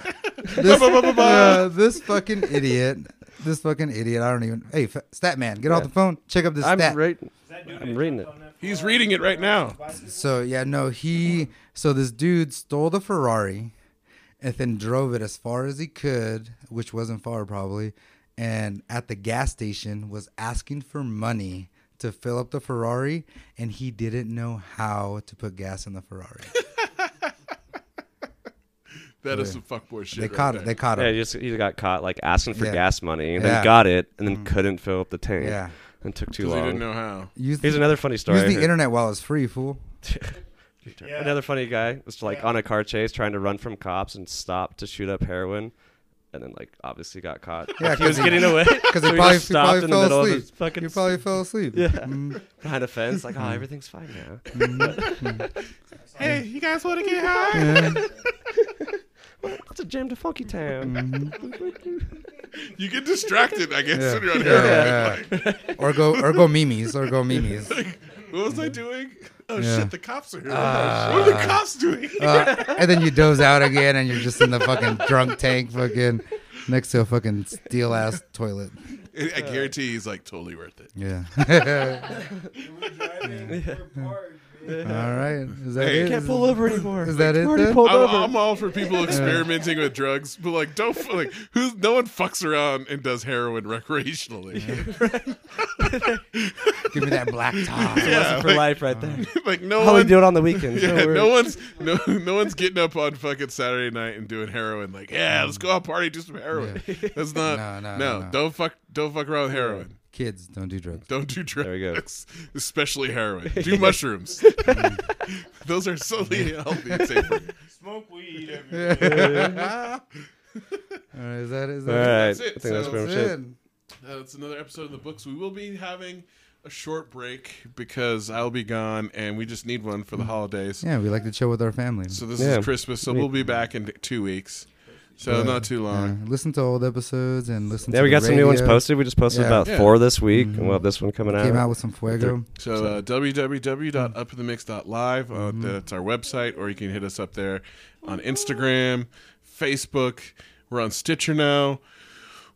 This, uh, this fucking idiot. This fucking idiot. I don't even. Hey, f- stat man, get off the phone. Check up this I'm, stat. right, That dude I'm reading it. He's reading it right now. So yeah, no, he. So this dude stole the Ferrari, and then drove it as far as he could, which wasn't far probably, and at the gas station was asking for money to fill up the Ferrari, and he didn't know how to put gas in [LAUGHS] the Ferrari. That is some fuck boy shit. They right caught it. there. They caught Yeah, it. he just he got caught like asking for Yeah. gas money, and Yeah. Mm. then got it, and then couldn't fill up the tank. Yeah. and took too 'Cause they long. didn't know how. Use Here's the- another funny story. I Use the heard. internet while it's free, fool. Another funny guy was like on a car chase trying to run from cops and stopped to shoot up heroin, and then like obviously got caught. Yeah, Like, he 'cause was he- getting away Because so [LAUGHS] he he probably, just he stopped probably in the middle fell of his asleep. fucking He Mm. probably fell asleep. Yeah. [LAUGHS] behind a fence. Like, oh, everything's fine Mm. now. Hey, you guys want to get high? It's a jam to Funky Town. Mm-hmm. You get distracted, I guess, Yeah. when you're on heroin. Yeah, yeah, yeah. or go, or go memes, or [LAUGHS] go memes. What was I doing? Oh Yeah. Ah. shit, the cops are here. what are the cops doing? Uh, and then you doze out again, and you're just in the fucking drunk tank, fucking next to a fucking steel ass toilet. I [LAUGHS] guarantee he's like totally worth it. Yeah. We're driving. We're parked, All right. Is that Hey, it? can't Is- pull over anymore. Is that it? already then? pulled I'm, over. I'm all for people experimenting with drugs, but like, don't f- like who's no one fucks around and does heroin recreationally. Give me that black tie. yeah, for like, life right there. [LAUGHS] like no How we one, do it on the weekends. [LAUGHS] yeah, don't worry. no one's no no one's getting up on fucking Saturday night and doing heroin. Like, yeah, let's go out party, do some heroin. That's not No, no, no, no, no. Don't fuck don't fuck around with heroin. Kids, don't do [LAUGHS] drugs. Don't do drugs. we go. Especially heroin. Do mushrooms. [LAUGHS] Those are solely healthy and safer. Smoke weed every All right. Is that is All that right. Oh, That's I it. think that's So pretty much That's it. it. Uh, That's another episode of the books. We will be having a short break because I'll be gone and we just need one for the holidays. Yeah, we like to chill with our family. So this Yeah. is Christmas, so we'll be back in two weeks. So Uh, not too long. Yeah, listen to old episodes and listen. Yeah, to we the got some new ones radio. posted. We just posted Yeah. Mm-hmm. about Yeah. four this week, and we'll have this one coming Came out with some fuego. So uh, www.upinthemix.live, uh, Mm-hmm. that's our website, or you can hit us up there on Instagram, Facebook. We're on Stitcher now.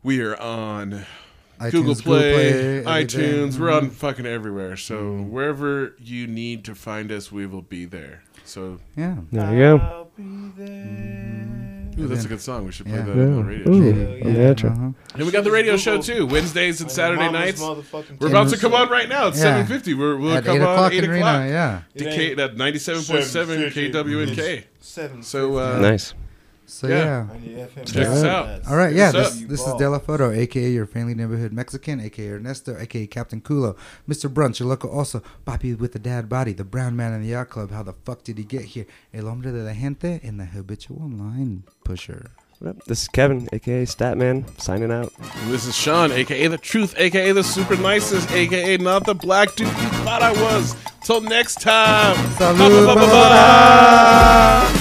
We are on iTunes, Google Play, everything. Mm-hmm. iTunes. We're on fucking everywhere. So wherever you need to find us, we will be there. So Mm-hmm. Yeah. There you go. I'll be there. ooh, that's a good song. We should play Yeah. that on the radio. show. I'm the Uh-huh. And we got the radio show too, Wednesdays and Saturday nights. Mama's We're motherfucking about to come on right now. It's Yeah. seven fifty. We're we'll At come eight on o'clock eight in Reno. o'clock. Yeah. DK, that ninety-seven point seven Mm-hmm. 750. KWNK. seven. So uh, Nice. So Yeah. yeah. on the FM. Check us out. That's- All right, yeah. What's This, up? this is Della Foto, aka your friendly neighborhood Mexican, aka Ernesto, aka Captain Culo, Mr. Brunch, your local also, Bobby with the dad body, the brown man in the yacht club. How the fuck did he get here? El hombre de la gente and the habitual line pusher. What up? This is Kevin, aka Statman, signing out. This is Sean, aka the Truth, aka the Super Nicest, aka not the black dude you thought I was. Till next time. Salud, Ba-ba-ba-ba-ba.